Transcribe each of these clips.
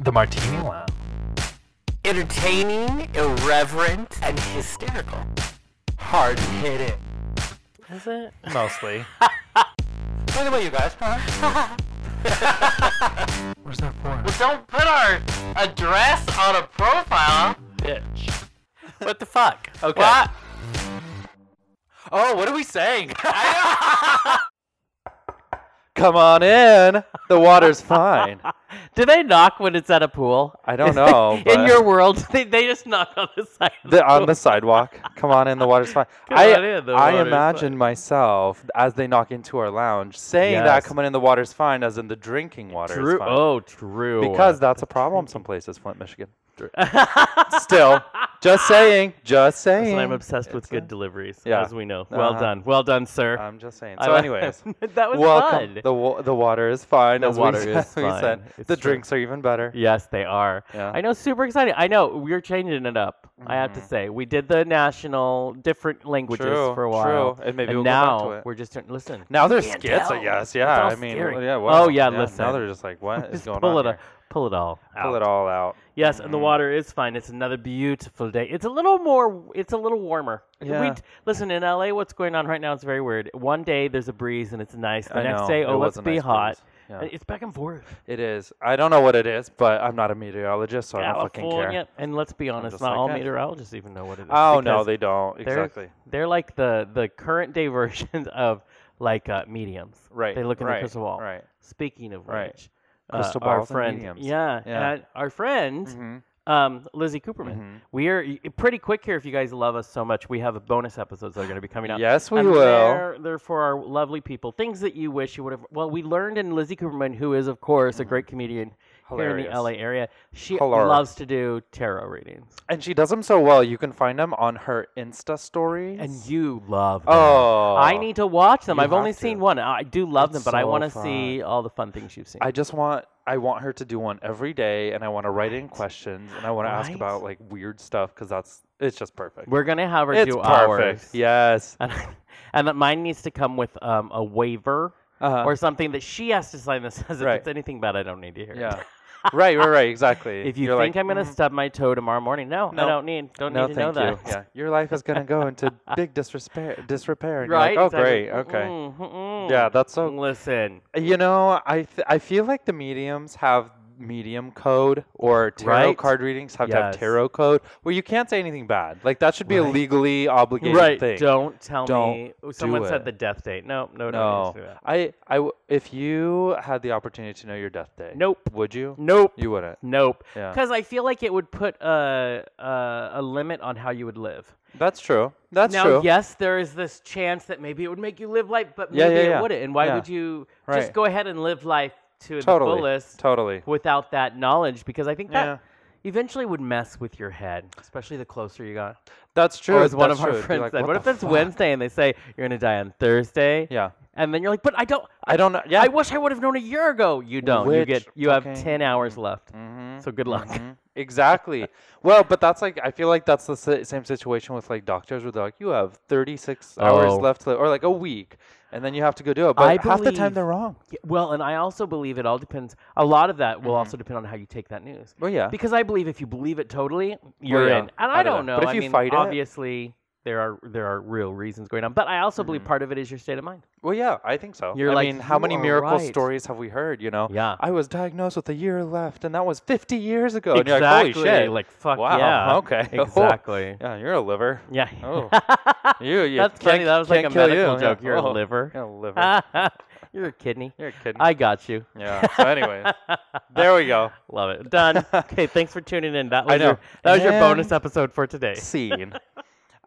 The Martini Wow. Entertaining, irreverent, and hysterical. Hard hitting. Is it? Mostly. What about you guys, huh? Where's that for? Well, don't put our address on a profile. Bitch. What the fuck? Okay. What? Oh, what are we saying? Come on in. The water's fine. Do they knock when it's at a pool? I don't know. In but your world, they, they just knock on the side. Of the, the, on the sidewalk. Come on in. The water's fine. Come I on in, the I water's imagine fine. myself as they knock into our lounge saying that Yes. coming in the water's fine, as in the drinking water is True. fine. Oh, true. Because that's a problem some places, Flint, Michigan. Still, just saying, just saying. Listen, I'm obsessed with It's good a- deliveries, Yeah. as we know. Well Uh-huh. done, well done, sir. I'm just saying. I So, li- anyways, that was welcome. fun. The wa- the water is fine. The as water we, is said- we said. fine. It's the true. drinks are even better. Yes, they are. Yeah. Mm-hmm. I know, super exciting. I know we're changing it up. I have to say, we did the national different languages True, for a while, true. And maybe we'll go back now to it. we're just doing. Listen, Now there's Can't skits, I tell. guess. It's Yeah, all I mean, scary. yeah. Oh, Wow. yeah, Now listen. they're just like, what is just going pull on? it, here? pull it all, Pull out. it all Mm-hmm. out. Yes, and the water is fine. It's another beautiful day. It's a little more. It's a little warmer. Yeah. listen, in LA, what's going on right now is very weird. One day there's a breeze and it's nice. The I next know. day, It oh, was let's a be nice hot. breeze. Yeah. And It's back and forth. It is. I don't know what it is, but I'm not a meteorologist, so I don't fucking care. California, and let's be honest, just not like, all eh. meteorologists even know what it is. Oh no, because they don't. they're, Exactly. They're like the the current day versions of like uh, mediums. Right, They look in right, the crystal ball. right. Speaking of Right. which, uh, Crystal our balls and friend, mediums. yeah, Yeah. Mm-hmm. and our friend, um, Lizzie Cooperman. We are y- pretty quick here. If you guys love us so much, we have bonus episodes that are going to be coming out. Yes, we and will. They're, they're for our lovely people. Things that you wish you would have. Well, we learned in Lizzie Cooperman, who is of course a great comedian. Here in Mm-hmm. Hilarious. the LA area, she Hilarious. loves to do tarot readings. And she does them so well. You can find them on her Insta stories. And you love them. oh, I need to watch them. You I've only have to. seen one. I do love them, It's but I so want to fun. see all the fun things you've seen. I just want I want her to do one every day, and I want to write in questions, and I want to ask Right? about like weird stuff because that's it's just perfect. We're gonna have her it's do perfect. ours. Yes. And, and that mine needs to come with um, a waiver Uh-huh. or something that she has to sign that says if Right. it's anything bad, I don't need to hear. it. Yeah. right. Right. Right. Exactly. If you You're think like, I'm gonna "Mm, stub my toe tomorrow morning, no, I No. don't need don't no, need to know thank you. that. Yeah. Your life is gonna go into big disrepair. Disrepair. And you're Right? Like, oh, Exactly. Mm-hmm. great. Okay. Mm-mm, mm-mm. Yeah. That's so Listen, You know, I th- I feel like the mediums have medium code or tarot Right? card readings have to have Yes. tarot code where you can't say anything bad. Like that should be a Right. legally obligated right? thing. Don't tell Don't me. do Someone said it. the death date. No, no, no. no. I I w- if you had the opportunity to know your death day. Nope. Would you? Nope. You wouldn't. Nope. Yeah. Because I feel like it would put a, a a limit on how you would live. That's true. That's now, true. yes, there is this chance that maybe it would make you live life, but maybe Yeah, yeah, yeah. it wouldn't. And why Yeah. would you Right. just go ahead and live life to Totally. the fullest Totally. without that knowledge? Because I think that Yeah. eventually would mess with your head, especially the closer you got. That's true. Or as one That's of our true. You're friends like, said, what, the if that's fuck?" Wednesday and they say you're gonna die on Thursday? Yeah. And then you're like, but I don't. I don't know. Yeah. I wish I would have known a year ago. You don't. you Which get. You have fucking- ten hours left. So good luck. Mhm. Exactly. well, but that's like I feel like that's the si- same situation with like doctors where they're like, you have 36 hours Oh. left to live, or like a week, and then you have to go do it. But I half the time believe- they're wrong. Yeah, well, and I also believe it all depends. A lot of that will also depend on how you take that news. Mm-hmm. Well, yeah. Because I believe if you believe it totally, you're yeah, in. And I I don't don't know. know. But if I you mean, fight it- obviously there are there are real reasons going on, but I also Mm-hmm. believe part of it is your state of mind. Well, yeah, I think so. You're I like, mean, how "You many are miracle right." stories have we heard? You know? Yeah. I was diagnosed with a year left, and that was 50 years ago. And Exactly, you're Oh, like, holy shit! like, fuck wow, yeah. Okay. Oh, Exactly. yeah, you're a liver. Yeah. Oh. You, you That's funny. can't- That was like a can't kill medical you. joke. Yeah. You're Oh, a liver. You're a liver. you're a kidney. Oh. You're a kidney. I got you. yeah. So, anyways, there we go. Love it. Done. okay, thanks for tuning in. That was I know. your that was your bonus And- episode for today. scene.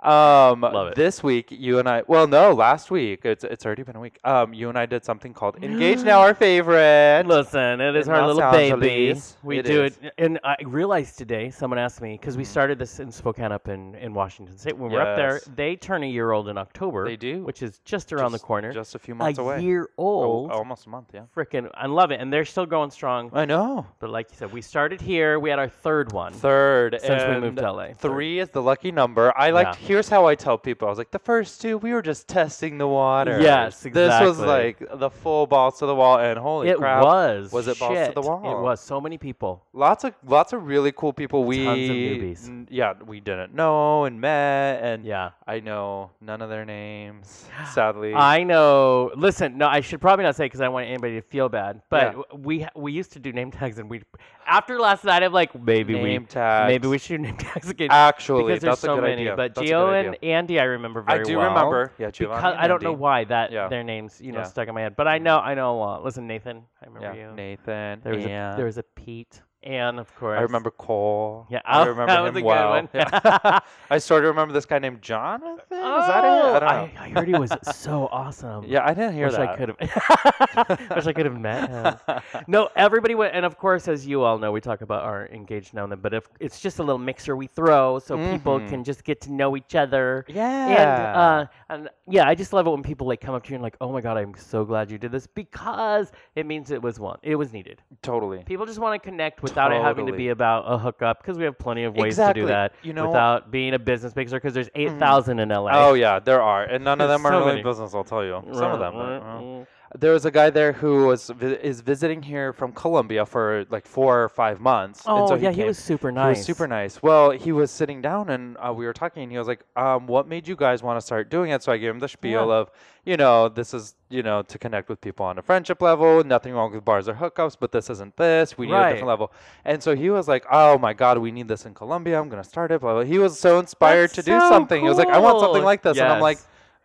Um, Love it. This week, you and I. Well, no, last week. It's it's already been a week. Um, you and I did something called Engage Now, our favorite. Listen, it is In our Los little baby. Angeles, We it do is. Mm-hmm. it, and I realized today someone asked me because we started this in Spokane up in, in Washington State. When we're up there, Yes. they turn a year old in October. They do. which is just around Just- the corner. just a few months a away. year Oh, old, almost a month. Yeah. freaking, I love it, and they're still going strong. I know. But like you said, we started here. We had our third one. Third Since we and moved to LA, third. Three is the lucky number. I like Yeah. to hear here's how I tell people. I was like, the first two, we were just testing the water. Yes, This was exactly. like the full balls to the wall, and holy it crap, was. was it balls to shit. the wall? It was. So many people. lots of lots of really cool people. We newbies. n- yeah, we didn't know and met, and Yeah. I know none of their names, sadly. I know. Listen, no, I should probably not say because I don't want anybody to feel bad. Yeah. But w we ha- we used to do name tags, and we after last night, I'm like, maybe Name we tags. maybe we should do name tags again. Actually, because there's that's a so good many. idea. But That's a Gio good and idea. Andy, I remember I very do well. remember. Yeah, Giovanni because and I don't know Andy. why that Yeah. their names you know Yeah. stuck in my head, but I know I know a lot. Listen, Nathan, I remember Yeah, you. Nathan. There was Ann. a there was a Pete, and of course I remember Cole. Yeah, I oh, remember that him was a good well. one. Yeah. I started to remember this guy named Jonathan. Oh, Is that it? I don't know. Oh, I, heard he was so awesome. yeah, I didn't hear wish that. I could have. wish I could have met him. No, everybody went, and of course, as you all know, we talk about our engaged now and then. But if it's just a little mixer we throw, so people Mhm. can just get to know each other. Yeah. And, uh, and yeah, I just love it when people like come up to you and like, oh my god, I'm so glad you did this because it means it was one, it was needed. totally. People just want to connect without it having to Totally. be about a hookup because we have plenty of ways Exactly. to do that. You know- Mm-hmm. without being a business mixer because there's eight thousand in LA. Oh yeah, there are, and none of them are So really many. business. I'll tell you, some of them. are. Uh, Mm. There was a guy there who was vi- is visiting here from Colombia for like four or five months. and Oh so yeah, he came- was super He nice. was super nice. Well, he was sitting down and uh, we were talking, and he was like, um, "What made you guys want to start doing it?" So I gave him the spiel of, you know, this is you know to connect with people on a friendship level. Nothing wrong with bars or hookups, but this isn't this. We need a Right. different level. And so he was like, "Oh my God, we need this in Colombia. I'm gonna start it." Blah blah. He was so inspired That's to do so something. He was like, "I want something cool." like this," and I'm Yes. like,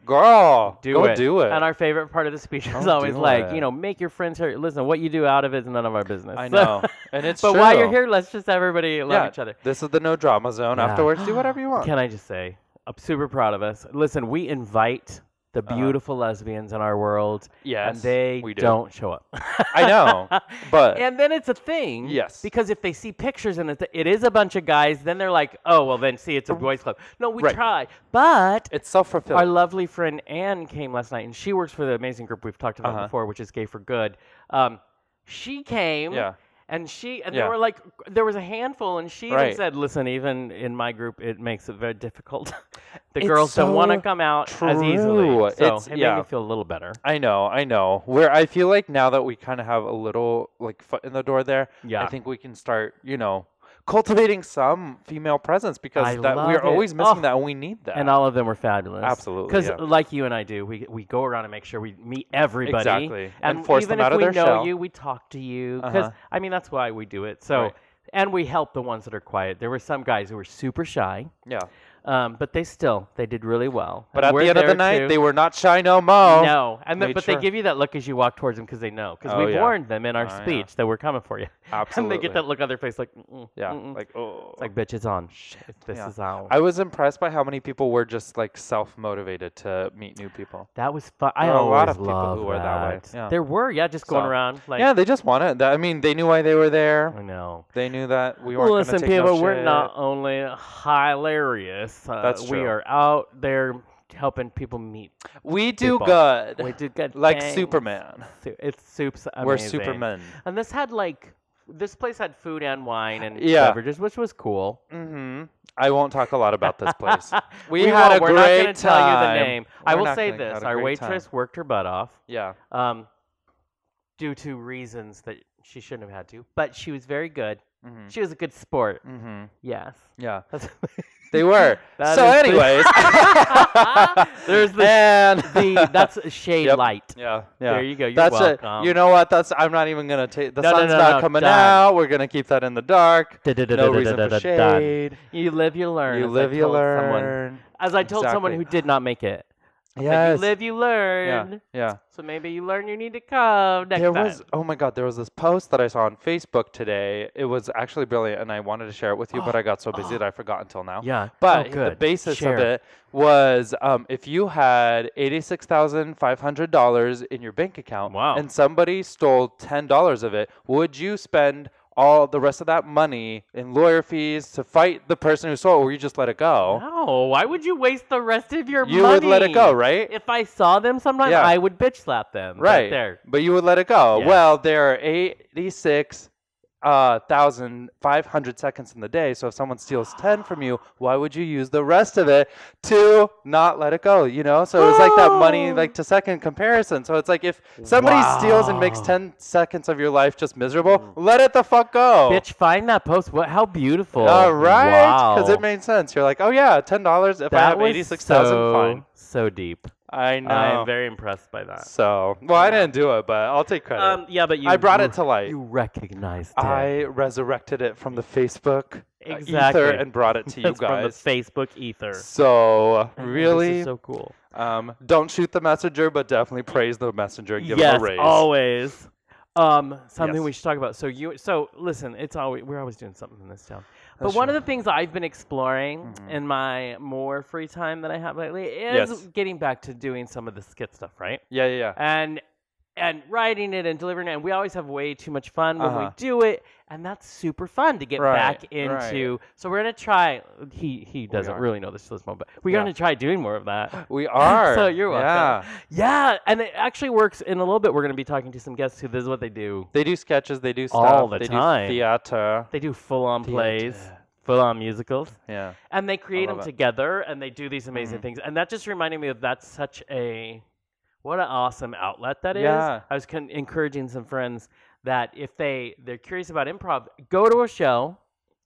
"Girl, do go it. do it." And our favorite part of the speech is Go always do like, it. you know, make your friends hurt. Listen, what you do out of it is none of our business. I So- know, and it's but while you're true. here, let's just everybody love Yeah, each other. This is the no drama zone. Yeah. Afterwards, do whatever you want. Can I just say, I'm super proud of us. Listen, we invite the beautiful lesbians in our world, and Uh-huh. Yes, they we do. not show up. I know, but and then it's a thing. Yes. Because if they see pictures and it's, it is a bunch of guys, then they're like, oh, well, then see, it's a boys' club. No, we Right. tried. But it's self fulfilling. Our lovely friend Anne came last night, and she works for the amazing group we've talked about Uh-huh. before, which is Gay for Good. Um, she came, Yeah. and she and Yeah. there were like there was a handful, and she Right. even said, "Listen, even in my group, it makes it very difficult. the It's girls don't want to so come out as easily." true. So It's- it yeah. made me feel a little better. I know, I know. Where I feel like now that we kind of have a little like foot in the door there, I Yeah. think we can start, you know, cultivating some female presence because I that we're love it. always missing Oh. that and we need that. And all of them were fabulous. Absolutely, Because, yeah. like you and I do, we, we go around and make sure we meet everybody. Exactly. And, And force even them out if of we their know shell. you, we talk to you. Because, Uh-huh. I mean, that's why we do it. So, Right. and we help the ones that are quiet. There were some guys who were super shy, yeah. um, but they still, they did really well. But And at we're the end of the there night, to- they were not shy no mo. no, and the, made but sure. they give you that look as you walk towards them because they know because Oh, we yeah. warned them in our Oh, yeah. speech that we're coming for you. and they Absolutely. get that look on their face like, mm-mm, Yeah. mm-mm. Like oh. it's like bitch, it's on. Shit, this Yeah. is on. I was impressed by how many people were just like self motivated to meet new people. That was fun. I There are a always lot of people love who are that way. Yeah. There were, yeah, just going So- around like yeah, they just wanted that. I mean, they knew why they were there. I know. They knew that we weren't Well, gonna listen, take no people, we're shit. not only hilarious. Uh, That's We true. are out there helping people meet. We do people. good. We do good like things. Superman. Su- It's soups. Amazing. We're Superman. And this had like this place had food and wine and Yeah. beverages, which was cool. Mm-hmm. I won't talk a lot about this place. We, We had won't- a we're great not gonna time. tell you the name. I We're will not say gonna- had this: a our great time. waitress worked her butt off. Yeah. um, due to reasons that she shouldn't have had to. But she was very good. Mhm. She was a good sport. Mm-hmm. Yes. Yeah. That's- They were. That so, is the- anyways, There's the- and the that's a shade Yep. light. Yeah, yeah. There you go. You're That's welcome. it. You know what? That's. I'm not even gonna take. The No, no, sun's no, not no, coming done. out. We're gonna keep that in the dark. No reason for Da-da-da-da-da-da-da-done. shade. You live, you learn. You as I live, you told someone- learn. As I told someone who Exactly. did not make it. I said, Yes. you live, you yeah. learn. Yeah. So maybe you learn you need to come next there time. was oh my god there was this post that i saw on facebook today it was actually brilliant and i wanted to share it with you but i got so busy that i forgot until now Yeah. but Oh, the good. basis Share. of it was um, if you had $86500 in your bank account Wow. and somebody stole $10 of it would you spend all the rest of that money in lawyer fees to fight the person who stole it or you just let it go No, why would you waste the rest of your You money? would let it go, right? If I saw them sometime, Yeah. I would bitch slap them. Right. there. But you would let it go. Yeah. Well, there are 86 uh, thousand five hundred seconds in the day. So if someone steals ten from you, why would you use the rest of it to not let it go? You know. So it's like that money like to second comparison. So it's like if somebody steals and makes Wow. ten seconds of your life just miserable, let it the fuck go. Bitch, find that post. What? How beautiful. Oh. All right, because Wow. it made sense. You're like, oh yeah, ten dollars if I That have was eighty six thousand. so, Fine. So deep. I know. I'm very impressed by that. so well, I didn't do it, but I'll take credit. Um, yeah, but you. I brought it you- to light. You recognized it. I resurrected it from the Facebook uh, Exactly. ether and brought it to you It's from the guys. Facebook ether. So Oh, this really, is so cool. um, don't shoot the messenger, but definitely praise the messenger and give yes, him a raise. always. Um, something Yes. we should talk about. So you, so listen, it's always we're always doing something in this town. But That's one true. Mm-hmm. of the things I've been exploring in my more free time that I have lately is Yes. getting back to doing some of the skit stuff, right? yeah, yeah, yeah. and and writing it and delivering it and we always have way too much fun when we Uh-huh. do it and that's super fun to get Right, back right. into so we're gonna try he he doesn't are. really know this at this moment but we're Yeah. gonna try doing more of that We are. so you're welcome Yeah. yeah. and it actually works in a little bit we're gonna be talking to some guests who this is what they do They do sketches. They do stuff. All the they time. Do theater. they do full-on plays Theater. full-on musicals Yeah. and they create them love it. Mm-hmm. together and they do these amazing things and that just reminded me of that's such a what an awesome outlet that is Yeah. i was con- encouraging some friends that if they they're curious about improv go to a show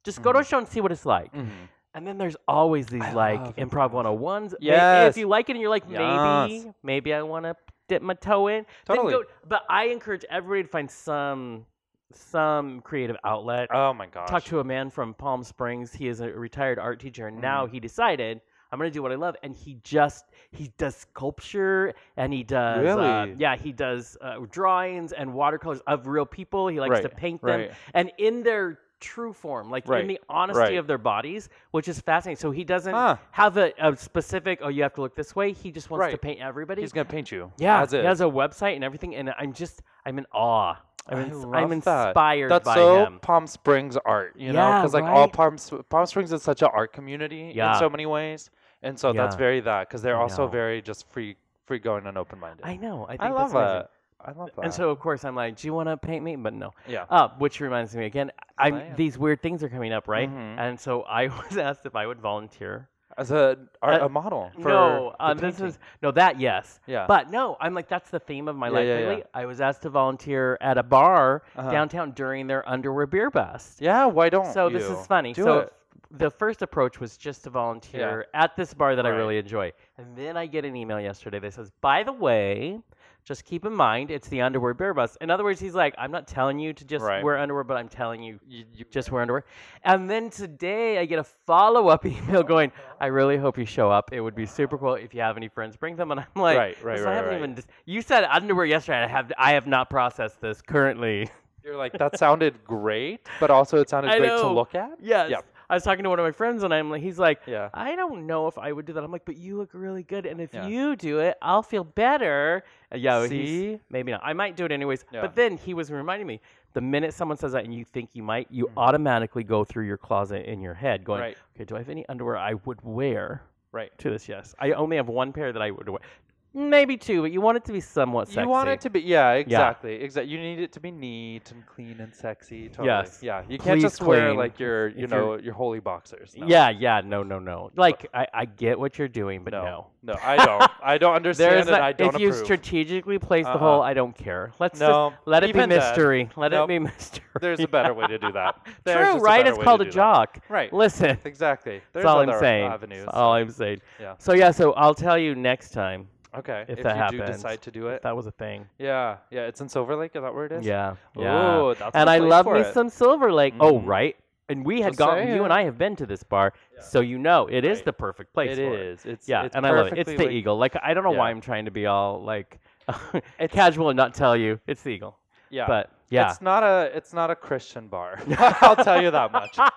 just go to a show and see what it's like Mhm. and then there's always these Mm-hmm. I like love improv 101s May- if Yes. you like it and you're like Yes. maybe maybe i want to dip my toe in then Totally. go, but i encourage everybody to find some some creative outlet Oh my gosh. talked to a man from Palm Springs. He is a retired art teacher, and Mm-hmm. now he decided I'm going to do what I love. And he just he does sculpture, and he does uh, Really? yeah, he does uh, drawings and watercolors of real people. He likes to Right, paint them, right. and in their true form, like in Right, the honesty right. of their bodies, which is fascinating. So he doesn't Huh. have a, a specific. Oh, you have to look this way. He just wants to Right. paint everybody. He's gonna paint you. yeah, That's it. he has a website and everything, and I'm just I'm in awe. I'm, I ins- I'm love that. inspired That's by so him. Palm Springs art, you know, Yeah, because like all right. Palm Sp- Palm Springs is such an art community Yeah. in so many ways, and so that's Yeah. very that because they're I also know. very just free free going and open minded. I know. I, think I love that's amazing. that. I love that. And so, of course, I'm like, "Do you want to paint me?" But no. yeah, Uh, which reminds me again, I'm Slam. these weird things are coming up, right? Mhm. And so I was asked if I would volunteer. as a art, uh, a model. For no, the uh, this painting. is no that yes, um, Yeah. but no. I'm like, that's the theme of my Yeah, life yeah, lately. yeah. I was asked to volunteer at a bar Uh-huh. downtown during their underwear beer bust. yeah. Why don't So this you? is funny. Do so it. the first approach was just to volunteer at this bar that I Right. really enjoy. And then I get an email yesterday that says, "By the way, just keep in mind it's the underwear bear bus." In other words, he's like, "I'm not telling you to just Right. wear underwear, but I'm telling you You- you- just wear underwear." And then today I get a follow-up email going, "I really hope you show up. It would be super cool if you have any friends, bring them." And I'm like, Right, right, "So I right, haven't right. even dis- you said underwear yesterday. I have I have not processed this currently." you're like that sounded great, but also it sounded I great to know. look at. Yes. Yeah. I was talking to one of my friends, and I'm like, he's like, Yeah. I don't know if I would do that. I'm like, but you look really good, and if Yeah. you do it, I'll feel better. Uh, yeah, he's- See? maybe not. I might do it anyways. Yeah. But then he was reminding me, the minute someone says that, and you think you might, you automatically go through your closet in your head, going, Mm-hmm. Right. okay, do I have any underwear I would wear Right. to this? Yes, I only have one pair that I would wear, maybe two, but you want it to be somewhat sexy. You want it to be, yeah, exactly, exactly. You need it to be neat and clean and sexy. Totally. Yes. Yeah, you can't Please just wear clean. like your, you If you're- know, your holy boxers. No. Yeah, yeah, no, no, no. Like I, I get what you're doing, but No. no. No, I don't. I don't understand There's and not- I don't if you approve. strategically place the Uh-uh. whole, I don't care. Let's No, just let it be even that. mystery. Let Nope. it be mystery. There's a better way to do that. There's True, just a right? better It's way called to a do that. jock. Right. Listen, Exactly. There's that's all other I'm saying. avenues. That's all I'm saying. Yeah. So yeah, so I'll tell you next time okay. if, you that do happens. decide to do If it. that was a thing. Yeah. Yeah. It's in Silver Lake. Is that where it is? Yeah. Yeah. Ooh, that's and the I place love for me it. some Silver Lake. Oh, Mhm. right. And we had Just gone. You saying. and I have been to this bar, so you know it is Right. the perfect place. It for is. It's Yeah, It's and I love it. It's perfectly the like- eagle. Like I don't know why Yeah. I'm trying to be all like casual and not tell you it's the eagle. Yeah. But yeah, It's not a. It's not a Christian bar. I'll tell you that much. ain't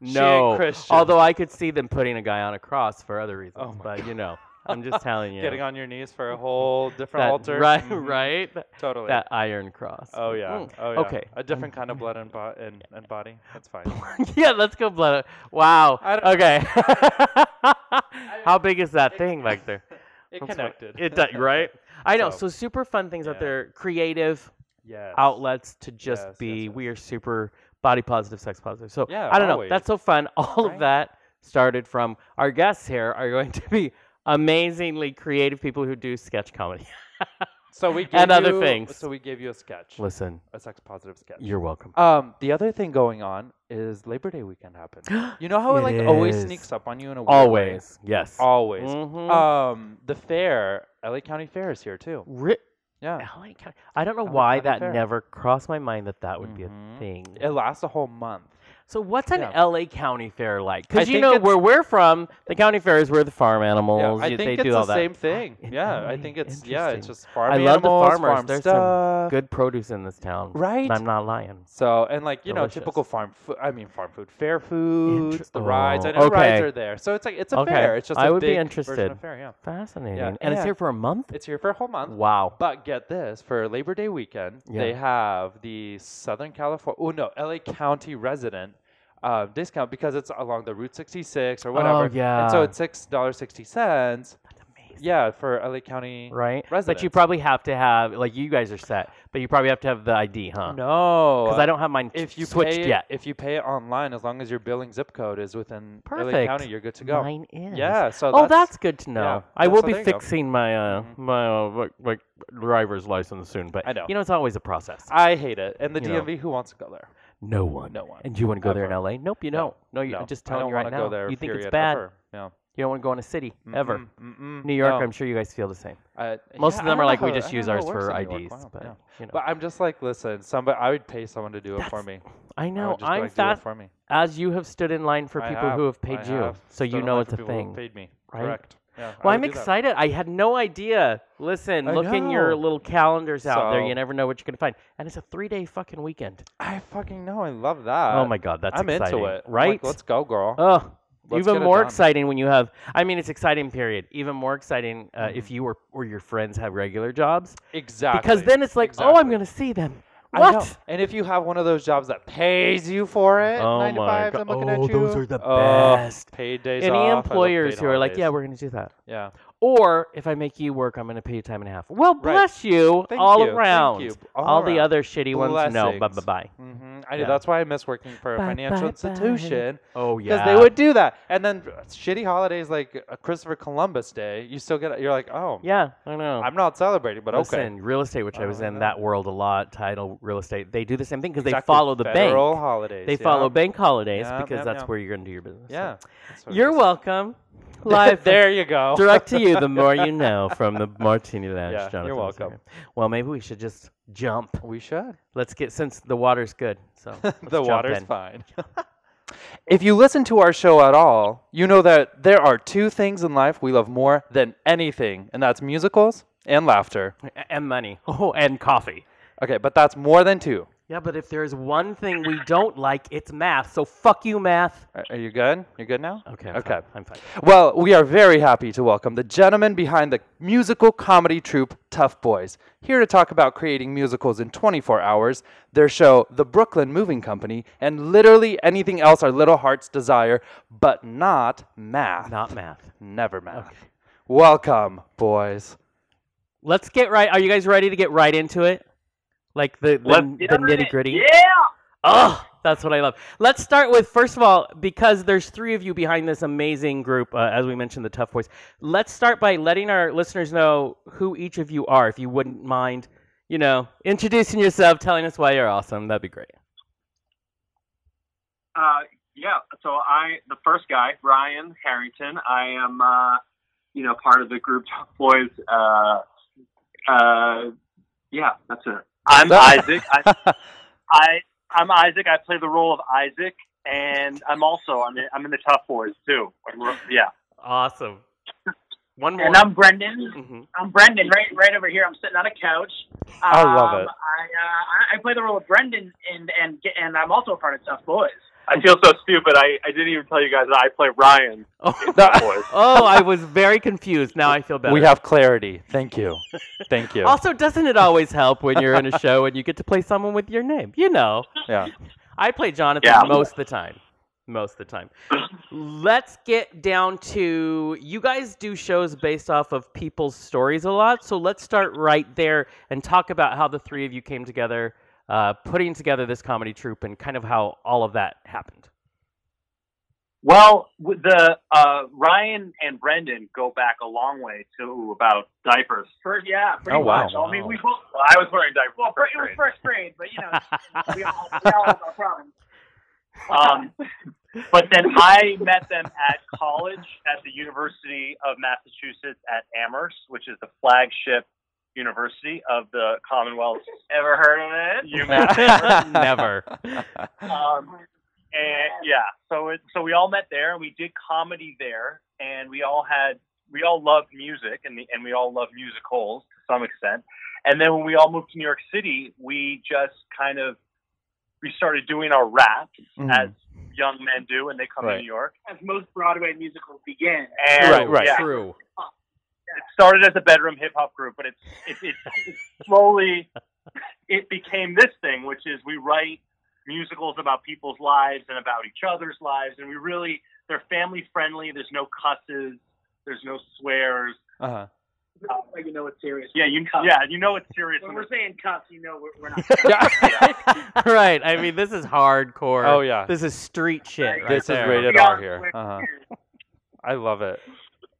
no. Christian. Oh Although I could see them putting a guy on a cross for other reasons. my but you know, I'm just telling you. Getting on your knees for a whole different Mm. that, altar. Right, Mhm. right. That- Totally. That iron cross. Oh yeah. Mm. Oh yeah. Okay. A different kind of blood and, bo- and, and body. That's fine. yeah, let's go blood. Wow. I don't- Okay. How big is that thing back there? That's It what- connected. It does, right? I know. So, So- super fun things out Yeah. there, creative yes. outlets to just Yes, yes, be. yes. We are super body positive, sex positive. So Yeah, I don't always. know. That's so fun. All Right. of that started from our guests here are going to be amazingly creative people who do sketch comedy. So we gave And other you- things. So we gave you a sketch, Listen, a sex positive sketch. you're welcome. Um, the other thing going on is Labor Day weekend happened. You know how it, It like always is. sneaks up on you in a weird way? Always, yes. always. Mhm. Um, the fair, LA County Fair is here too. Ri- Yeah, LA County. I don't know LA why County that Fair. never crossed my mind that that would be Mhm. a thing. it lasts a whole month. So what's an Yeah. LA County Fair like? I Because you think know it's- where we're from, the county fair is where the farm Yeah, animals. I you- think they it's do all the that. same thing. In Yeah, I LA, think it's yeah, it's interesting. just farm I love the animals, farmers. farm There's some stuff. good produce in this town. Right? And I'm not lying. So and like you Delicious. know typical farm food. I mean farm food, fair foods, the rides. I oh, know rides okay. are there, so it's like it's a Okay. fair. It's just I a would be big version interested. Of fair, yeah. Fascinating. Yeah, and it's yeah. here for a month. It's here for a whole month. Wow. But get this for Labor Day weekend, Yeah. they have the Southern California, oh no, LA County resident uh, discount because it's along the Route 66 or whatever. And Oh, so yeah. it's $6.60. That's amazing. Yeah, for LA County. Right. But you residents. probably have to have like you guys are set, but you probably have to have the ID, huh? No. uh, Because I don't have mine If you switched pay, yet. If you pay it online, as long as your billing zip code is within LA Perfect. County, you're good to go. Mine is. Yeah, so oh, that's- that's good to know. yeah, I yeah, will so be there you go. Mm-hmm. fixing my uh, my uh, like, like driver's license soon, but I know. you know it's always a process. I hate it. And the You know. DMV, who wants to go there? no one. No one. And you want to go there in Ever. LA? Nope, you don't. No, you No, I'm just I telling don't you right wanna now. Go there, you think it's period, bad. ever. No. You don't want to go in a city ever. Mm-mm, mm-mm, New York, no. I'm sure you guys feel the same. Uh, Most yeah, of I them don't are know like, how we it- I just don't use know how ours it works for in New IDs. York. Wow, but, yeah. you know. But I'm just like, listen, somebody, I would pay someone to do it for me. I I know. would just be I'm like, do it fat for me. as you have stood in line for I people who have paid I you. So Stood you in know line it's for a people who thing. Paid me, right? correct? Yeah, I Well, I'm would do that. excited. I had no idea. Listen, I look in your know. little calendars out there. So- You never know what you're going to find. And it's a three day fucking weekend. I fucking know. I love that. oh my God, that's I'm exciting. into it. I'm Right? like, let's go, girl. oh, let's get even it more done. exciting when you have, I mean, it's exciting, period. Even more exciting uh, if you or, or your friends have regular jobs. Mm-hmm. exactly. Because then it's like, oh, I'm Exactly. going to see them. I know. What? And if you have one of those jobs that pays you for it, Oh nine to my fives, God. I'm looking Oh, at you. those are the oh, best. Paid days off. I Any love employers paid who are like, holidays. yeah, we're going to do that. yeah. Or if I make you work, I'm going to pay you time and a half. Well, bless you Thank all you, thank around. you, all All, the around. other shitty ones, no. Bye bye Blessings. bye. hmm I know Yeah. that's why I miss working for a Bye, financial bye, institution. Oh Because they would do that, and then shitty holidays like uh, Christopher Columbus Day, you still get. You're like, oh, Yeah, I know. I'm not celebrating, but Listen, okay. real estate, which I was I in know. that world a lot, title real estate, they do the same thing because Exactly, they follow the federal bank. holidays. They yeah. follow bank holidays Yeah, because yeah, that's yeah. where you're going to do your business. So, Yeah, that's what it You're is. welcome. Live there. there you go. Direct to you, the more you know from the Martini Lounge, Yeah, you're Jonathan welcome. Zimmer. Well, maybe we should just jump. We should. Let's get, since the water's good. So let's the jump water's in. fine. if you listen to our show at all, you know that there are two things in life we love more than anything, and that's musicals and laughter. A- And money. Oh, and coffee. Okay, but that's more than two. Yeah, but if there's one thing we don't like, it's math. So fuck you, math. Are are you good? You're good now? Okay. I'm Okay. Fine. I'm fine. Well, we are very happy to welcome the gentleman behind the musical comedy troupe Tough Boys, here to talk about creating musicals in 24 hours, their show, The Brooklyn Moving Company, and literally anything else our little hearts desire, but not math. Not math. Never math. Welcome, boys. Let's get right. Are you guys ready to get right into it? Like the the, the nitty gritty. Yeah. Oh, that's what I love. Let's start with first of all because there's three of you behind this amazing group. Uh, as we mentioned, the Tough Boys. Let's start by letting our listeners know who each of you are, if you wouldn't mind. You know, introducing yourself, telling us why you're awesome. That'd be great. Uh, yeah. So I, the first guy, Ryan Harrington, I am, uh, you know, part of the group Tough Boys. Uh, uh, yeah, that's it. I'm Isaac. I, I, I'm Isaac. I play the role of Isaac, and I'm also I'm in, I'm in the Tough Boys too. Yeah. Awesome. One more. And I'm Brendan. Mm-hmm. Mhm. I'm Brendan, right, right over here. I'm sitting on a couch. Um, I love it. I, uh, I- I play the role of Brendan, and and and I'm also a part of Tough Boys. I feel so stupid. I, I didn't even tell you guys that I play Ryan. Oh, Tough Boys. oh, I was very confused. Now I feel better. We have clarity. Thank you. Thank you. Also, doesn't it always help when you're in a show and you get to play someone with your name? You know, Yeah. I play Jonathan Yeah. most of the time. Most of the time. Let's get down to you guys do shows based off of people's stories a lot. So let's start right there and talk about how the three of you came together uh, putting together this comedy troupe and kind of how all of that happened. Well, with the uh, Ryan and Brendan go back a long way to about diapers. First, yeah, pretty Oh, wow. much. I mean, we both. Well, I was wearing diapers. Well, first it was grade. first grade, but you know, we all, we all have our problems. Um, but then I met them at college at the University of Massachusetts at Amherst, which is the flagship university of the Commonwealth. Ever heard of it? You Never. Um, and yeah, so it, so we all met there, and we did comedy there, and we all had we all loved music, and the, and we all loved musicals to some extent. And then when we all moved to New York City, we just kind of we started doing our raps Mm. as young men do when they come Mm-hmm. Right. to New York. As most Broadway musicals begin. And Right, right. yeah, True. it started as a bedroom hip hop group, but it's it, it, it slowly it became this thing, which is we write musicals about people's lives and about each other's lives, and we really they're family friendly. There's no cusses. There's no swears. Uh-huh. Like, Uh, you know, it's serious. Yeah, you yeah you know it's serious. When when we're it's- saying cuffs, you know we're, we're not. right. I mean, this is hardcore. Oh yeah. This is street shit. Right This is there. rated Yeah, R here. Uh-huh. I love it.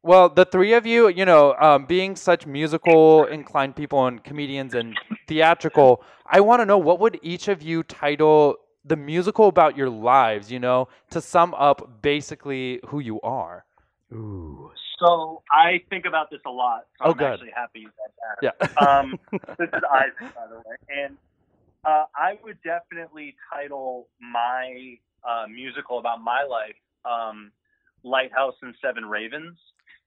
Well, the three of you, you know, um, being such musical inclined people and comedians and theatrical, I want to know what would each of you title the musical about your lives, you know, to sum up basically who you are. Ooh. So I think about this a lot. So Oh, I'm good. actually happy you said that. Yeah. Um, this is Isaac, by the way, and uh, I would definitely title my uh, musical about my life um, "Lighthouse and Seven Ravens"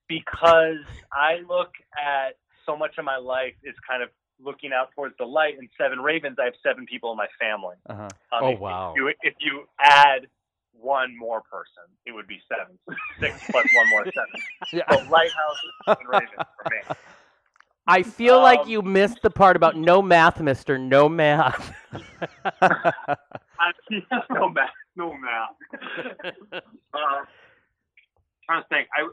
because I look at so much of my life is kind of looking out towards the light. And seven ravens, I have seven people in my family. Uh-huh. Um, Oh if- wow. If you, if you add one more person, it would be seven. Six plus one more seven. Yeah. So Lighthouse and Seven Ravens for me. I feel like Um, you missed the part about no math, Mister. No math. I, no math, no math. uh, trying to think. I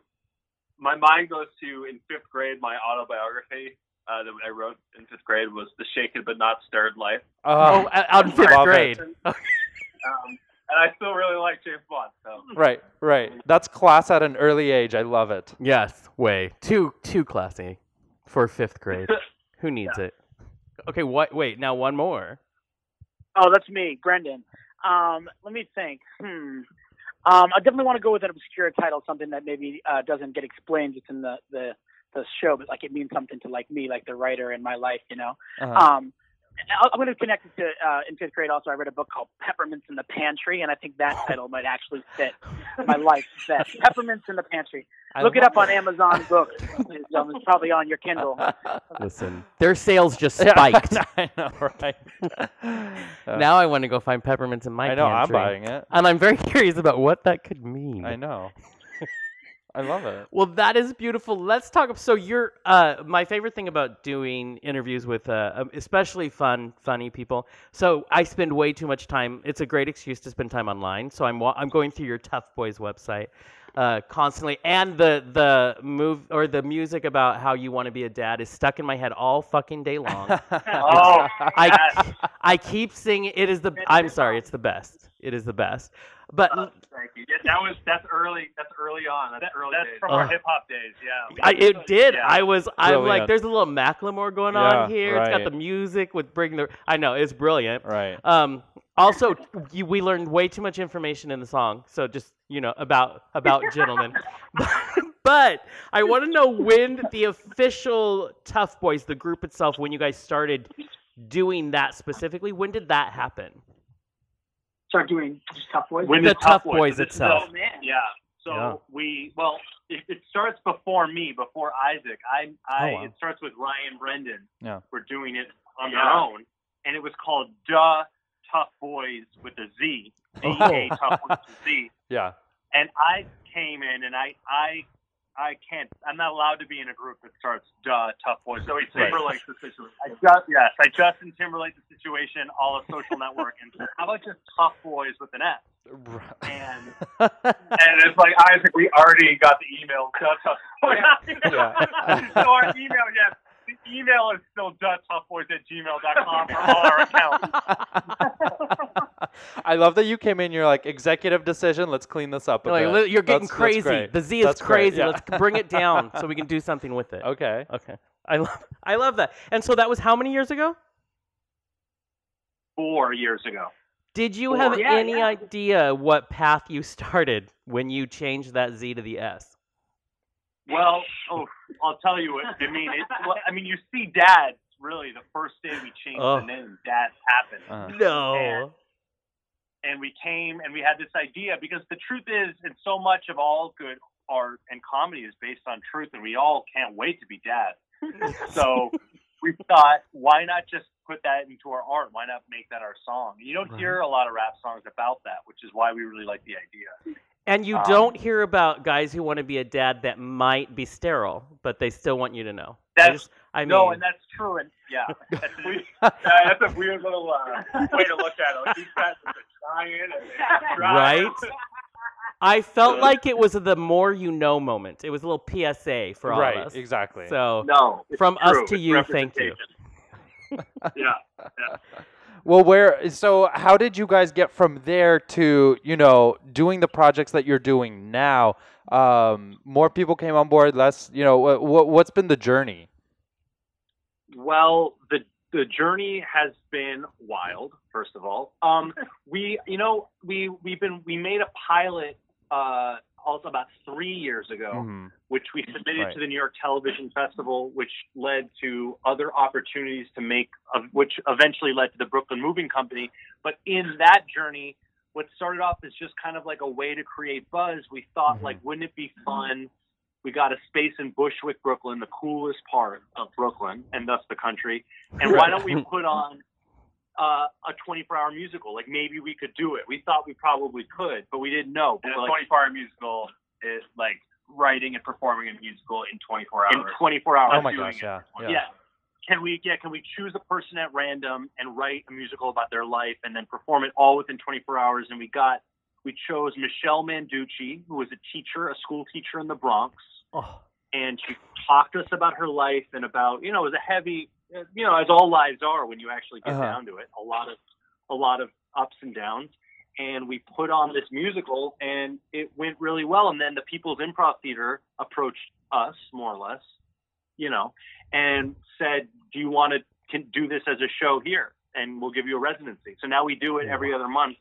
my mind goes to in fifth grade. My autobiography uh, that I wrote in fifth grade was the shaken but not stirred life, oh, Uh, out in fifth love it. grade. um, and I still really like James Bond. So right, right. That's class at an early age. I love it. Yes, way too too classy for fifth grade. Who needs it? Okay, what? Wait, now one more. Oh, that's me, Brendan. Um, let me think. Hmm. Um, I definitely want to go with an obscure title, something that maybe uh, doesn't get explained just in the, the the show, but like it means something to like me, like the writer in my life, you know. Uh-huh. Um, and I'll- I'm going to connect it to uh, in fifth grade. Also, I read a book called Peppermints in the Pantry, and I think that title might actually fit my life best. Peppermints in the Pantry. I Look it love up on Amazon Books. It's, um, it's probably on your Kindle. Listen, their sales just Yeah. spiked. I know, right? Uh, Ah. now I want to go find peppermints in my I know pantry. I'm buying it. And I'm very curious about what that could mean. I know. I love it. Well, that is beautiful. Let's talk. So, you're uh, my favorite thing about doing interviews with uh, um, especially fun, funny people. So, I spend way too much time. It's a great excuse to spend time online. So, I'm wa- I'm going through your Tough Boys website uh, constantly, and the the move or the music about how you want to be a dad is stuck in my head all fucking day long. oh, I I keep singing. It is the. I'm sorry. It's the best. It is the best. But thank you. Yeah, that was that's early. That's early on. That's early. That's days. from our Ugh. hip hop days. Yeah. Uh, I, it did. Yeah. I was. I'm like, Brilliant. there's a little Macklemore going Yeah, on here. It's right. got the music with bring the. I know it's brilliant. Right. Um. Also, you, we learned way too much information in the song. So just you know about about gentlemen. but I want to know when the official Tough Boys, the group itself, when you guys started doing that specifically. When did that happen? Start doing just tough voices. When The did Tough Boys- Boys this is itself. the- Oh man. Yeah. So Yeah. we well, it, it starts before me, before Isaac. I, I Oh, wow. it starts with Ryan Brendan. Yeah. We're doing it on Yeah. our own, and it was called Duh Tough Boys with a Z. D A Oh. Tough Boys with a Z. Yeah. And I came in, and I I I can't. I'm not allowed to be in a group that starts Duh Tough Boys. So it's Right. Timberlake the situation. I just yes, I Justin Timberlake the situation, all of social network, and said, how about just Tough Boys with an S? And and it's like Isaac, we already got the email. That's how- Yeah. so our email, yeah, email is still duttoughboys at gmail.com for all our accounts. I love that you came in. You're like executive decision. Let's clean this up. A Like, bit. li- you're getting That's- that's crazy. great. the Z is That's great, crazy. yeah. Let's bring it down so we can do something with it. Okay. Okay. I love I love that. And so that was how many years ago? Four years ago. Did you Four. have Yeah, any yeah. idea what path you started when you changed that Z to the S? Well, oh, I'll tell you what I mean. It, well, I mean, you see, Dad. Really, the first day we changed Oh. the name, Dad happened, Uh, No. and we came and we had this idea because the truth is, and so much of all good art and comedy is based on truth, and we all can't wait to be Dad. So we thought, why not just put that into our art? Why not make that our song? You don't Right. hear a lot of rap songs about that, which is why we really like the idea. And you Um, don't hear about guys who want to be a dad that might be sterile, but they still want you to know. I, That's- just- I no, mean, and that's true. And yeah, that's, Yeah, that's a weird little uh, way to look at it. Like, he's got the giant and the right? I felt like it was the more you know moment. It was a little PSA for all right. of us. Exactly. So No. it's from us true. to It's you, thank you. representation. yeah. Well, where? So, how did you guys get from there to you know doing the projects that you're doing now? Um, more people came on board. Less, you know, what, what what's been the journey? Well, the the journey has been wild. First of all, um, we you know we we've been we made a pilot uh, also about three years ago, Mhm. which we submitted Right. to the New York Television Festival, which led to other opportunities to make, of which eventually led to the Brooklyn Moving Company. But in that journey, what started off as just kind of like a way to create buzz, we thought Mhm. like, wouldn't it be fun? We got a space in Bushwick, Brooklyn, the coolest part of Brooklyn and thus the country. And why don't we put on uh, a 24-hour musical? Like maybe we could do it. We thought we probably could, but we didn't know. And But a we're like, 24 hour musical is like writing and performing a musical in 24 hours. in 24 hours. Oh my doing gosh! it. Yeah. yeah. Can we yeah, can we choose a person at random and write a musical about their life and then perform it all within 24 hours and we got we chose Michelle Manducci, who was a teacher, a school teacher in the Bronx, oh, and she talked to us about her life and about, you know, it was a heavy, you know, as all lives are when you actually get Uh-huh. down to it, a lot of a lot of ups and downs. And we put on this musical and it went really well. And then the People's Improv Theater approached us, more or less, you know, and said, Do you want to can do this as a show here? And we'll give you a residency. So now we do it every other month.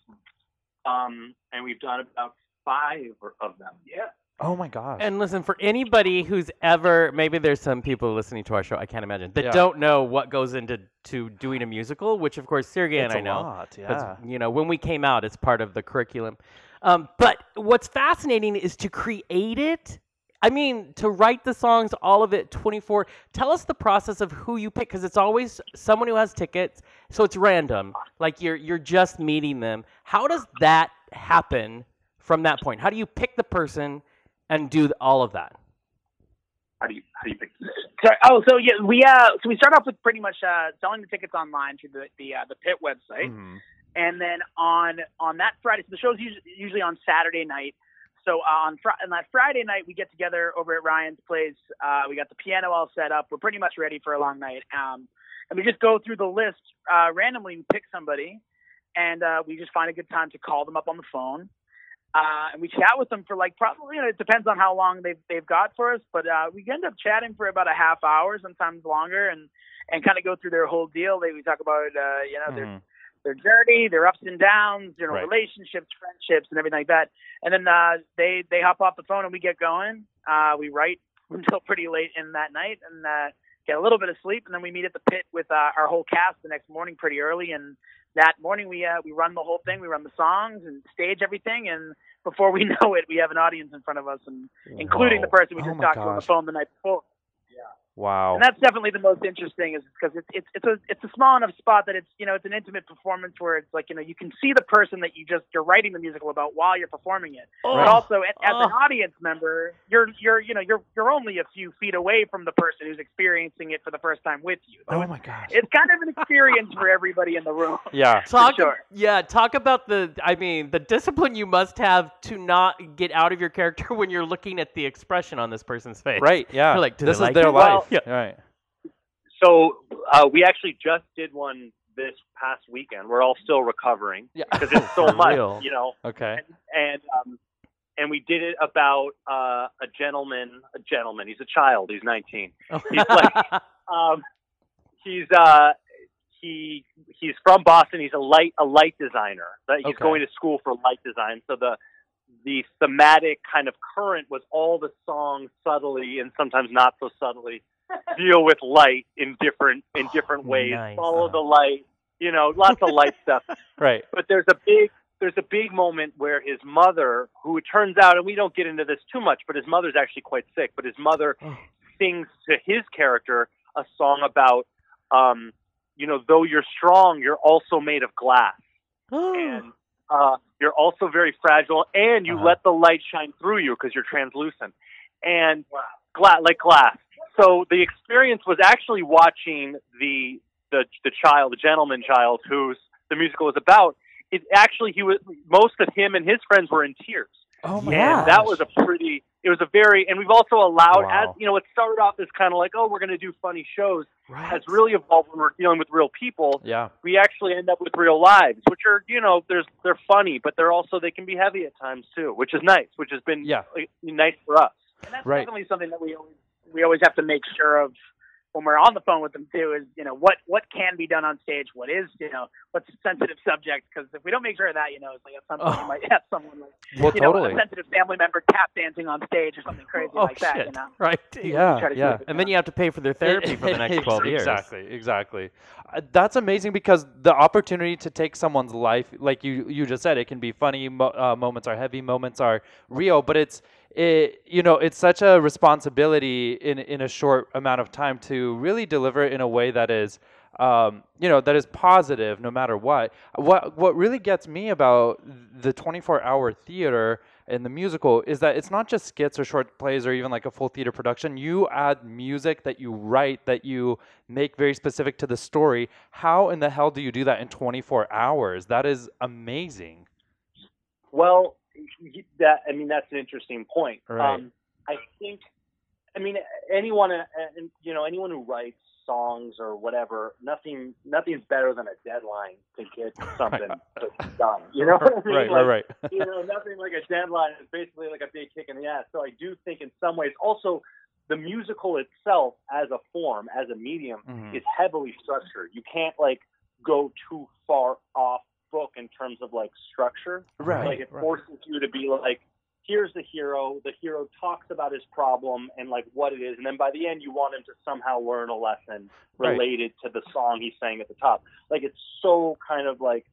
Um, and we've done about five of them. Yeah. Oh my gosh! And listen, for anybody who's ever maybe there's some people listening to our show, I can't imagine that Yeah. don't know what goes into to doing a musical, which of course Sergey and It's a I know. lot, yeah. Mm-hmm. because You know, when we came out, it's part of the curriculum. Um, but what's fascinating is to create it. I mean, to write the songs, all of it, 24. Tell us the process of who you pick, because it's always someone who has tickets, so it's random. Like you're you're just meeting them. How does that happen from that point? How do you pick the person and do th- all of that? How do you how do you pick this? Sorry. Oh, so yeah, we uh, so we start off with pretty much uh, selling the tickets online through the the uh, the pit website. Mhm. and then on on that Friday, so the show's usually, usually on Saturday night. So uh, on, fr- on that Friday night, we get together over at Ryan's place. Uh, we got the piano all set up. We're pretty much ready for a long night. Um, and we just go through the list uh, randomly. We pick somebody, and uh, we just find a good time to call them up on the phone. Uh, and we chat with them for like probably you know, it depends on how long they've they've got for us, but uh, we end up chatting for about a half hour, sometimes longer, and and kind of go through their whole deal. They we talk about uh, you know their Mhm. their journey, their ups and downs, you know, Right. relationships, friendships, and everything like that. And then uh, they they hop off the phone and we get going. Uh, we write until pretty late in that night and uh, get a little bit of sleep, and then we meet at the pit with uh, our whole cast the next morning pretty early. And that morning we uh, we run the whole thing, we run the songs and stage everything, and before we know it, we have an audience in front of us, and including the Whoa. person we Oh just my talked to on the gosh. phone the night before. Wow. And that's definitely the most interesting, is because it's it's it's a it's a small enough spot that it's you know it's an intimate performance where it's like you know you can see the person that you just you're writing the musical about while you're performing it, but also a- as an Oh. audience member you're you're you know you're you're only a few feet away from the person who's experiencing it for the first time with you. So oh it's, my gosh! it's kind of an experience for everybody in the room. yeah. Talk, sure. yeah, talk about the. I mean, the discipline you must have to not get out of your character when you're looking at the expression on this person's face. Right. Yeah. You're like, do they this is like their it? life. Well- Right. So uh, we actually just did one this past weekend. We're all still recovering Yeah. because it's so For much, real. you know. Okay. And um, and we did it about uh, a gentleman. A gentleman. He's a child. He's 19. He's like- Um, he's uh, he he's from Boston. He's a light a light designer. But He's Okay. going to school for light design. So the the thematic kind of current was all the songs subtly and sometimes not so subtly deal with light in different in different ways. Nice. Follow the light. You know, lots of light stuff. Right. But there's a big there's a big moment where his mother, who it turns out, and we don't get into this too much, but his mother's actually quite sick. But his mother Oh. sings to his character a song about, um, you know, though you're strong, you're also made of glass, and uh, you're also very fragile, and you Uh-huh. let the light shine through you because you're translucent, and gla- like glass. So the experience was actually watching the the the child, the gentleman child, who's the musical is about. It actually he was most of him and his friends were in tears. Oh my Yeah. gosh. And that was a pretty. It was a very, and we've also allowed Wow. as you know, it started off as kind of like, oh, we're going to do funny shows. right. Has really evolved when we're dealing with real people. Yeah. We actually end up with real lives, which are you know, there's they're funny, but they're also they can be heavy at times too, which is nice, which has been Yeah. uh, nice for us. And that's Right. definitely something that we always, we always have to make sure of when we're on the phone with them too. Is you know what what can be done on stage, what is you know what's a sensitive subject? Because if we don't make sure of that, you know, it's like at some point Oh. you might have someone like Well, you totally. know a sensitive family member tap dancing on stage or something crazy oh like shit! that. You know. Right. Yeah. try to keep Yeah. it And then you have to pay for their therapy for the next twelve years. Exactly, exactly. Uh, That's amazing because the opportunity to take someone's life, like you you just said, it can be funny. Mo- uh, moments are heavy. Moments are real. But it's it you know it's such a responsibility in in a short amount of time to really deliver it in a way that is. Um, you know that is positive no matter what. What what really gets me about the 24-hour theater in the musical is that it's not just skits or short plays or even like a full theater production. You add music that you write that you make very specific to the story. How in the hell do you do that in 24 hours? That is amazing. Well, y- that I mean that's an interesting point. Right. Um, I think, I mean, anyone, uh, uh, you know, anyone who writes songs or whatever, nothing, nothing's better than a deadline to get something done. You know, what I mean? Right, Like, right, right. you know, nothing like a deadline is basically like a big kick in the ass. So I do think, in some ways, also the musical itself as a form, as a medium, Mhm. is heavily structured. You can't like go too far off book in terms of like structure. Right, Like it right. forces you to be like, here's the hero. The hero talks about his problem and like what it is, and then by the end you want him to somehow learn a lesson Right. related to the song he sang at the top. Like it's so kind of like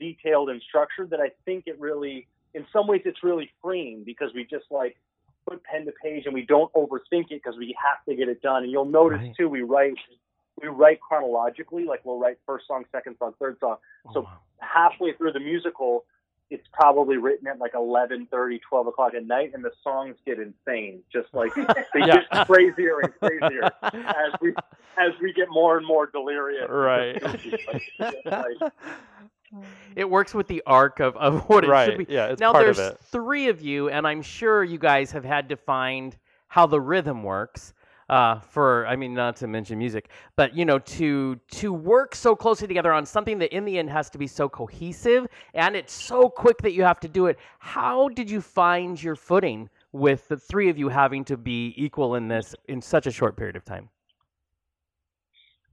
detailed and structured that I think it really in some ways it's really freeing because we just like put pen to page and we don't overthink it because we have to get it done. And you'll notice Right. too, we write we write chronologically, like we'll write first song, second song, third song. Oh, So- wow. Halfway through the musical, it's probably written at like 11, 12 o'clock at night, and the songs get insane. Just like they Yeah. get crazier and crazier as we as we get more and more delirious. Right. it works with the arc of, of what it should be. right. Yeah, it's now part there's of it. three of you, and I'm sure you guys have had to find how the rhythm works. Uh, for I mean, not to mention music, but you know, to to work so closely together on something that in the end has to be so cohesive, and it's so quick that you have to do it. How did you find your footing with the three of you having to be equal in this in such a short period of time?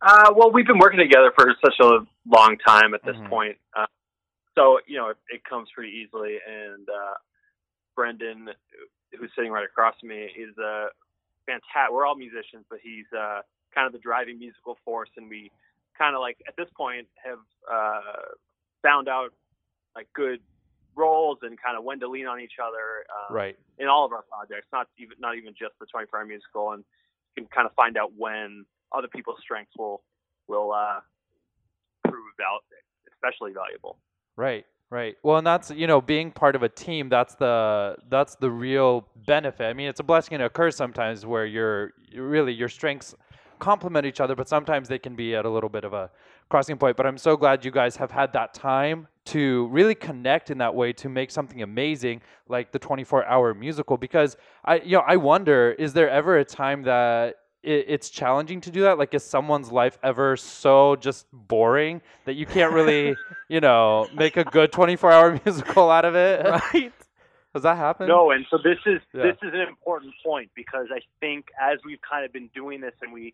Uh, well, we've been working together for such a long time at this Mhm. point, uh, so you know it, it comes pretty easily. And uh, Brendan, who's sitting right across from me, is a fantastic. We're all musicians, but he's uh, kind of the driving musical force, and we kind of like at this point have uh, found out like good roles and kind of when to lean on each other. Um, Right. in all of our projects, not even not even just the 24 hour musical, and you can kind of find out when other people's strengths will will uh, prove val- especially valuable. Right, right. Well, and that's you know being part of a team. That's the that's the real benefit. I mean, it's a blessing and a curse sometimes where you're you really your strengths complement each other, but sometimes they can be at a little bit of a crossing point. But I'm so glad you guys have had that time to really connect in that way to make something amazing like the 24 hour musical because I you know I wonder is there ever a time that it, it's challenging to do that. Like, is someone's life ever so just boring that you can't really, you know, make a good 24 hour musical out of it? right? Does that happen? No, and so this is Yeah. this is an important point because I think as we've kind of been doing this and we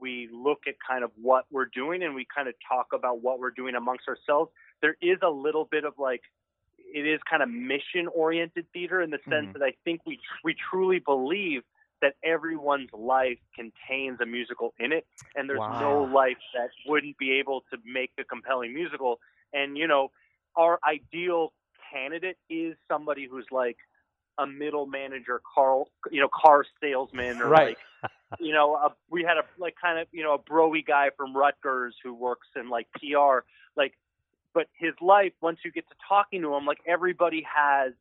we look at kind of what we're doing and we kind of talk about what we're doing amongst ourselves, there is a little bit of like it is kind of mission oriented theater in the sense Mhm. that I think we we truly believe that everyone's life contains a musical in it and there's no Wow. life that wouldn't be able to make a compelling musical and you know our ideal candidate is somebody who's like a middle manager car you know car salesman or Right. like you know a, we had a like kind of you know a broy guy from Rutgers who works in like PR like but his life once you get to talking to him like everybody has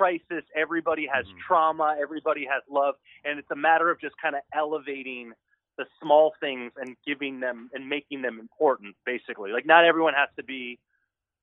crisis everybody has Mhm. trauma everybody has love and it's a matter of just kind of elevating the small things and giving them and making them important basically like not everyone has to be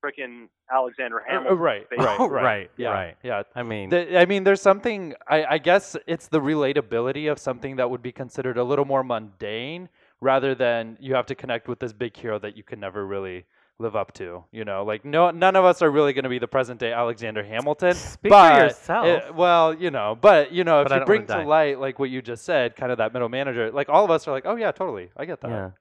freaking Alexander Uh, uh, Hamilton right, right, basically. right, Right, yeah, right. yeah. I mean, The- I mean, there's something. I, I guess it's the relatability of something that would be considered a little more mundane, rather than you have to connect with this big hero that you can never really live up to. You know, like no, none of us are really going to be the present day Alexander Hamilton. Speak for but yourself. it- well, you know, but you know, if But I you don't bring wanna to die. light like what you just said, kind of that middle manager, like all of us are like, oh yeah, totally, I get that. Yeah.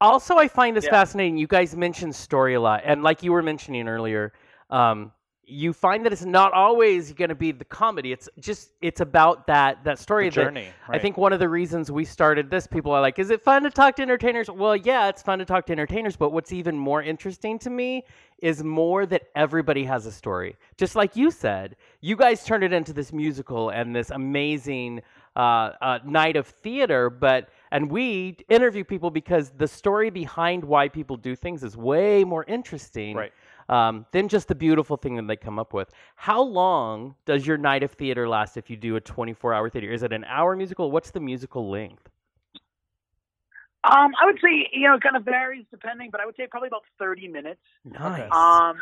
Also, I find this Yeah. fascinating. You guys mention story a lot, and like you were mentioning earlier, um, you find that it's not always going to be the comedy. It's just it's about that that The story. that- journey. I right. think one of the reasons we started this, people are like, "Is it fun to talk to entertainers?" Well, yeah, it's fun to talk to entertainers, but what's even more interesting to me is more that everybody has a story. Just like you said, you guys turned it into this musical and this amazing uh, uh, night of theater, but and we interview people because the story behind why people do things is way more interesting Right. um, than just the beautiful thing that they come up with. How long does your night of theater last if you do a 24 hour theater? Is it an hour musical? What's the musical length? Um, I would say you know it kind of varies depending, but I would say probably about thirty minutes. Nice. Um,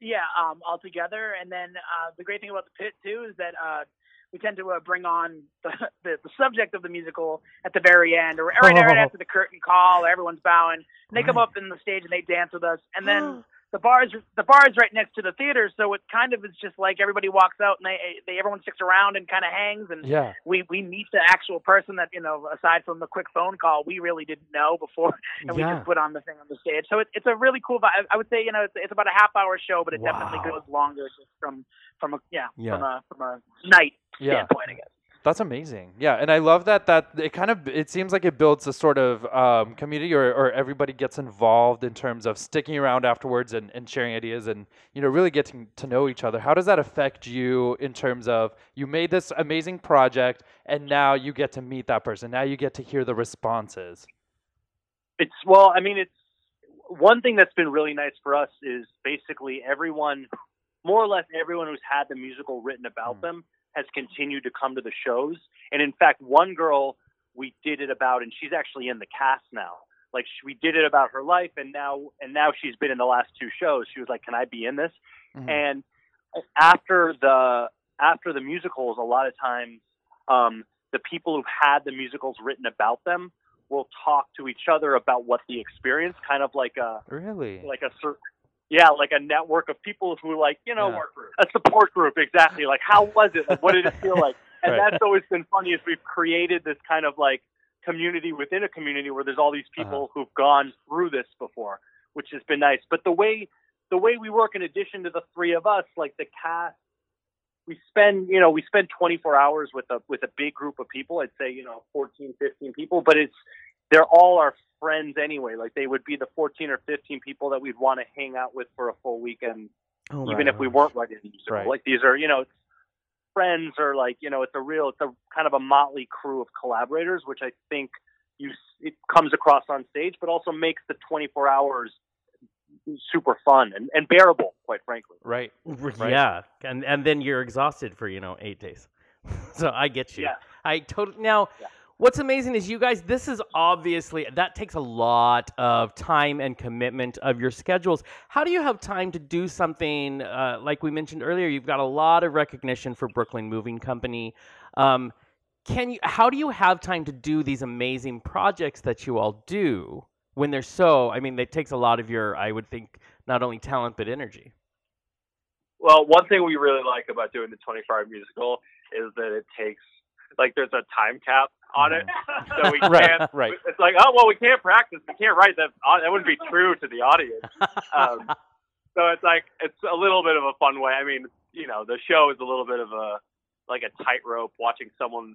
yeah, um, all together. And then uh, the great thing about the pit too is that uh, we tend to uh, bring on the, the the subject of the musical at the very end, or right, right after the curtain call, everyone's bowing. And they come Right. up in the stage and they dance with us, and then. The bars, the bars right next to the theater, so it kind of is just like everybody walks out and they, they everyone sticks around and kind of hangs, and Yeah. we we meet the actual person that you know aside from the quick phone call we really didn't know before and we yeah. just put on the thing on the stage so it, it's a really cool vibe i would say you know it's, it's about a half hour show but it definitely Wow. goes longer just from from a yeah, Yeah. from a from a night Yeah. standpoint i guess That's amazing. Yeah, and I love that that it kind of it seems like it builds a sort of um, community or, or everybody gets involved in terms of sticking around afterwards and, and sharing ideas and you know really getting to know each other. How does that affect you in terms of you made this amazing project and now you get to meet that person. Now you get to hear the responses. It's well, I mean, it's one thing that's been really nice for us is basically everyone, more or less everyone who's had the musical written about Mm. them has continued to come to the shows. And in fact, one girl we did it about, and she's actually in the cast now. Like sh we did it about her life, and now and now she's been in the last two shows. She was like, "Can I be in this?" Mhm. and after the after the musicals a lot of times um, the people who've had the musicals written about them will talk to each other about what the experience kind of like a Really? like a cer- yeah like a network of people who like you know Yeah. a support group exactly like how was it like what did it feel like and Right. that's always been funny is we've created this kind of like community within a community where there's all these people who've gone through this before which has been nice but the way the way we work in addition to the three of us like the cast we spend you know we spend 24 hours with a with a big group of people i'd say you know 14 15 people but it's they're all our friends anyway like they would be the 14 or 15 people that we'd want to hang out with for a full weekend Oh my even if we gosh. weren't writing the musical. Right. Like these are, you know, it's friends or like, you know, it's a real, it's a kind of a motley crew of collaborators, which I think you s- it comes across on stage, but also makes the 24 hours super fun and, and bearable, quite frankly. right. right? Yeah, and and then you're exhausted for you know eight days. so I get you. Yeah. I totally now. Yeah. What's amazing is you guys. This is obviously that takes a lot of time and commitment of your schedules. How do you have time to do something uh, like we mentioned earlier? You've got a lot of recognition for Brooklyn Moving Company. Um, can you how do you have time to do these amazing projects that you all do when they're so i mean it takes a lot of your i would think not only talent but energy Well, one thing we really like about doing the 24 hour musical is that it takes like there's a time cap on it, so we Mm. Right, can't. right. It's like oh well, we can't practice, we can't write that. uh, That wouldn't be true to the audience. Um, so it's like it's a little bit of a fun way. I mean, you know, the show is a little bit of a like a tightrope watching someone,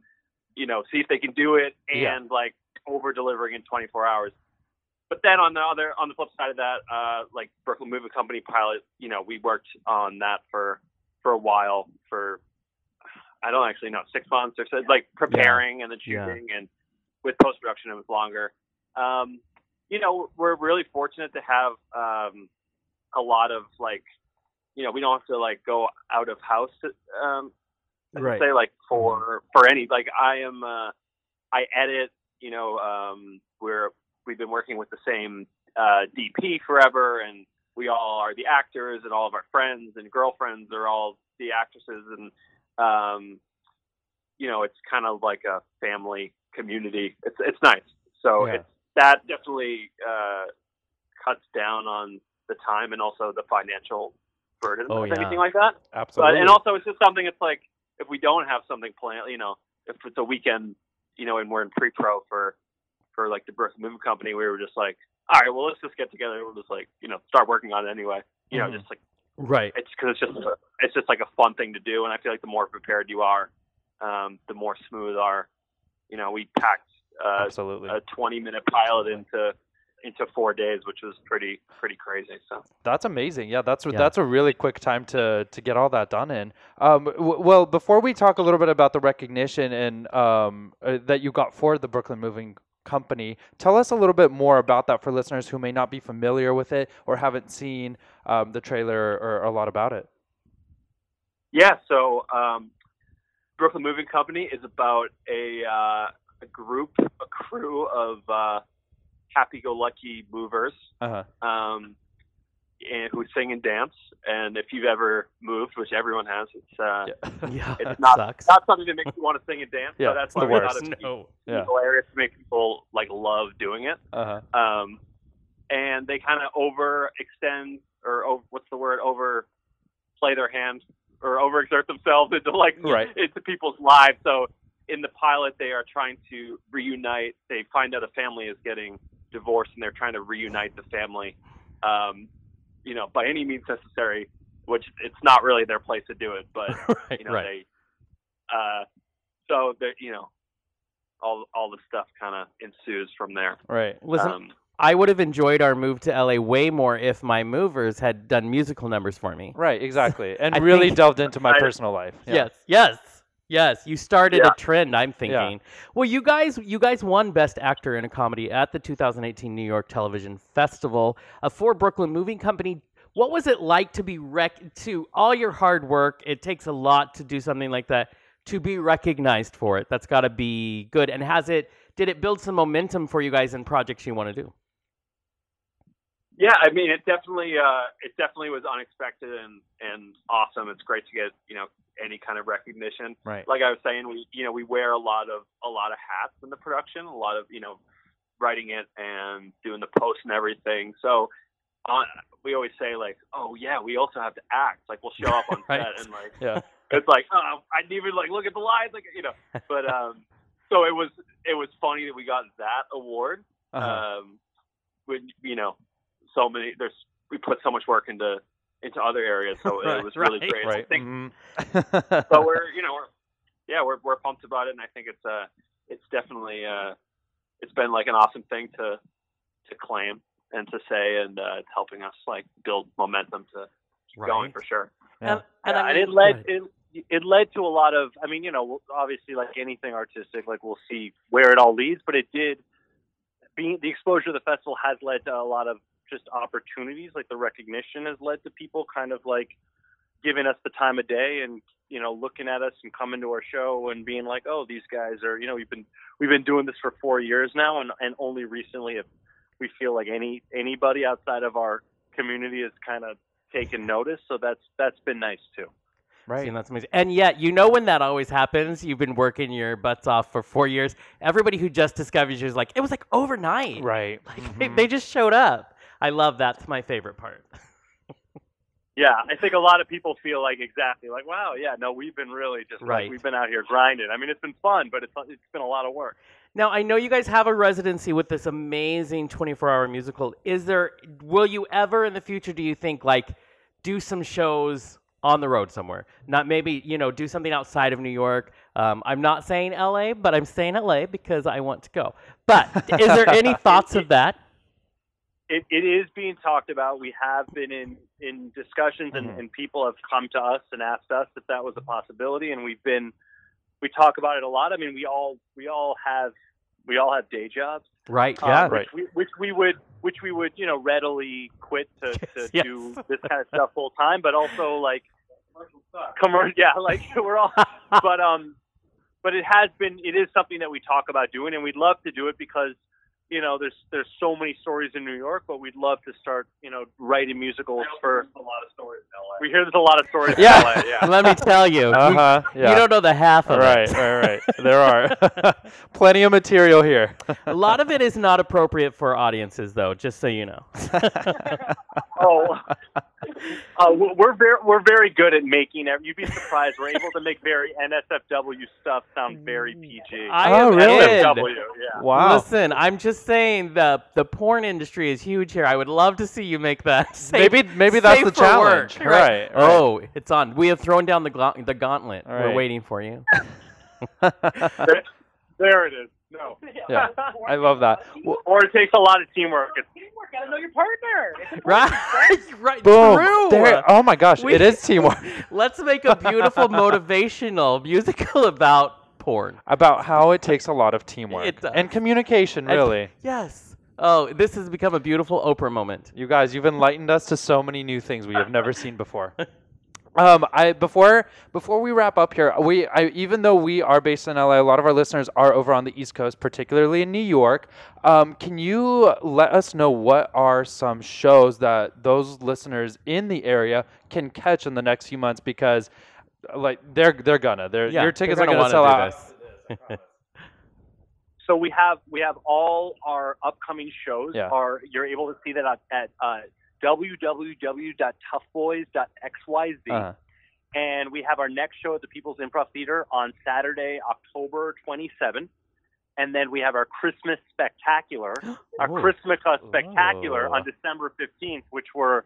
you know, see if they can do it and Yeah. like over delivering in 24 hours. But then on the other on the flip side of that, uh, like Brooklyn Movie Company pilot, you know, we worked on that for for a while for I don't actually know six months or so, like preparing and then Yeah. shooting and with post production it was longer. Um, you know, we're really fortunate to have um, a lot of like, you know, we don't have to like go out of house um, right say like for for any like I am uh I edit, you know, um we're we've been working with the same uh DP forever and we all are the actors and all of our friends and girlfriends are all the actresses and um you know, it's kind of like a family community. It's it's nice. So Yeah. it's that definitely uh cuts down on the time and also the financial burden Oh, of yeah. anything like that. Absolutely. But, and also, it's just something. It's like if we don't have something planned, you know, if it's a weekend, you know, and we're in pre-pro for for like the Brooklyn Movie Company, we were just like, all right, well, let's just get together. We'll just like, you know, start working on it anyway. You know, Mhm. just like right it's because it's just it's just like a fun thing to do, and I feel like the more prepared you are, um, the more smooth our, you know, we packed uh, Absolutely. a 20-minute pilot into into four days, which was pretty pretty crazy. So. That's amazing. Yeah, that's Yeah. that's a really quick time to to get all that done in. Um, w- well, before we talk a little bit about the recognition and um, uh, that you got for the Brooklyn Moving Company, tell us a little bit more about that for listeners who may not be familiar with it or haven't seen um, the trailer or a lot about it. Yeah, so um, Brooklyn Moving Company is about a, uh, a group, a crew of uh, happy-go-lucky movers Uh-huh. um, and who sing and dance. And if you've ever moved, which everyone has, it's uh, yeah It's it not- sucks not something that makes you want to sing and dance. Yeah, so that's it's why the we thought worst. it'd be no Yeah. hilarious to make people like love doing it Uh-huh. um, and they kind of overextend or over, what's the word overplay their hand or overexert themselves into like Right. into people's lives. So in the pilot, they are trying to reunite. They find out a family is getting divorced, and they're trying to reunite the family. Um, you know, by any means necessary, which it's not really their place to do it, but right you know, right they, uh, so they, you know, all all the stuff kind of ensues from there. Right. listen Um, i would have enjoyed our move to la way more if my movers had done musical numbers for me Right. Exactly. And I really think- delved into my I- personal life. Yeah. Yes, yes, yes. You started Yeah. a trend. I'm thinking. Well, you guys, you guys won Best Actor in a Comedy at the 2018 New York Television Festival uh, for Brooklyn Moving Company. What was it like to be rec to all your hard work? It takes a lot to do something like that to be recognized for it. That's got to be good. And has it? Did it build some momentum for you guys in projects you want to do? Yeah, I mean, it definitely uh, it definitely was unexpected and and awesome. It's great to get you know any kind of recognition. Right. Like I was saying, we you know we wear a lot of a lot of hats in the production, a lot of you know writing it and doing the posts and everything. So on, we always say like, oh yeah, we also have to act. Like we'll show up on Right. set and like Yeah. it's like oh, I didn't even like look at the lines, like you know. But um, so it was it was funny that we got that award Uh, Uh-huh. um, when you know so many there's we put so much work into into other areas so Right, it was really right, Mm-hmm. great I right. think- Mhm. so we're you know we're yeah we're we're pumped about it and I think it's uh it's definitely uh it's been like an awesome thing to to claim and to say and uh it's helping us like build momentum to keep going Right. for sure Yeah. And, and I and mean- it Go led ahead. it, it led to a lot of I mean you know obviously like anything artistic like we'll see where it all leads but it did being the exposure of the festival has led to a lot of just opportunities like the recognition has led to people kind of like giving us the time of day and you know looking at us and coming to our show and being like oh these guys are you know we've been we've been doing this for four years now and and only recently if we feel like any anybody outside of our community has kind of taken notice so that's that's been nice too Right. See, and that's amazing. And yet, you know when that always happens. You've been working your butts off for four years. Everybody who just discovers you is like, it was like overnight. Right. Mm-hmm. Like they, they just showed up. I love that. That's my favorite part. Yeah, I think a lot of people feel like exactly like, wow, yeah, no, we've been really just like, Right. we've been out here grinding. I mean, it's been fun, but it's it's been a lot of work. Now I know you guys have a residency with this amazing 24-hour musical. Is there will you ever in the future do you think like do some shows on the road somewhere? Not maybe, you know, do something outside of New York. Um, I'm not saying LA, but I'm saying LA because I want to go. But is there any thoughts of that? It it is being talked about. We have been in in discussions, and, Mhm. and people have come to us and asked us if that was a possibility, and we've been we talk about it a lot. I mean, we all we all have we all have day jobs. Right. um, Yeah. which, right. we, which we would which we would you know readily quit to, to Yes. do this kind of stuff full time, but also like commercial, yeah, like we're all. But um, but it has been it is something that we talk about doing, and we'd love to do it because you know there's there's so many stories in New York, but we'd love to start you know writing musicals for a lot of stories in LA. We hear there's a lot of stories Yeah. in LA, yeah. Let me tell you. Uh huh. Yeah. You don't know the half of right. it. Right. Right. There are plenty of material here. A lot of it is not appropriate for audiences though, just so you know. Oh, uh, we're- we're very we're very good at making. ev- You'd be surprised. We're able to make very NSFW stuff sound very PG. I Oh, am really? in. NSFW, yeah. wow. Listen, I'm just saying the the porn industry is huge here. I would love to see you make that. safe- maybe maybe that's safe the for work, challenge. Right. right. Oh, it's on. We have thrown down the gaunt- the gauntlet. We're Right. waiting for you. There it is. No, Yeah. I love that. Well, or it takes a lot of teamwork. It's, Teamwork, gotta know your partner. It's important. right. right. boom. True. There- oh my gosh. We- it is teamwork. Let's make a beautiful motivational musical about porn. About how it takes a lot of teamwork It does. and communication, really. Yes. Oh, this has become a beautiful Oprah moment. You guys, you've enlightened us to so many new things we have never seen before. Um, I before before we wrap up here, we I, even though we are based in LA, a lot of our listeners are over on the East Coast, particularly in New York. Um, can you let us know what are some shows that those listeners in the area can catch in the next few months? Because like they're they're gonna they're, Yeah, your tickets they're are gonna gonna sell wanna out. do This. so we have we have all our upcoming shows. Yeah. Are you're able to see that at, at uh, www.toughboys.xyz, Uh-huh. and we have our next show at the People's Improv Theater on Saturday, October 27th. And then we have our Christmas Spectacular, our Oh. Ooh. Christmas Spectacular Ooh. on December 15th, which we're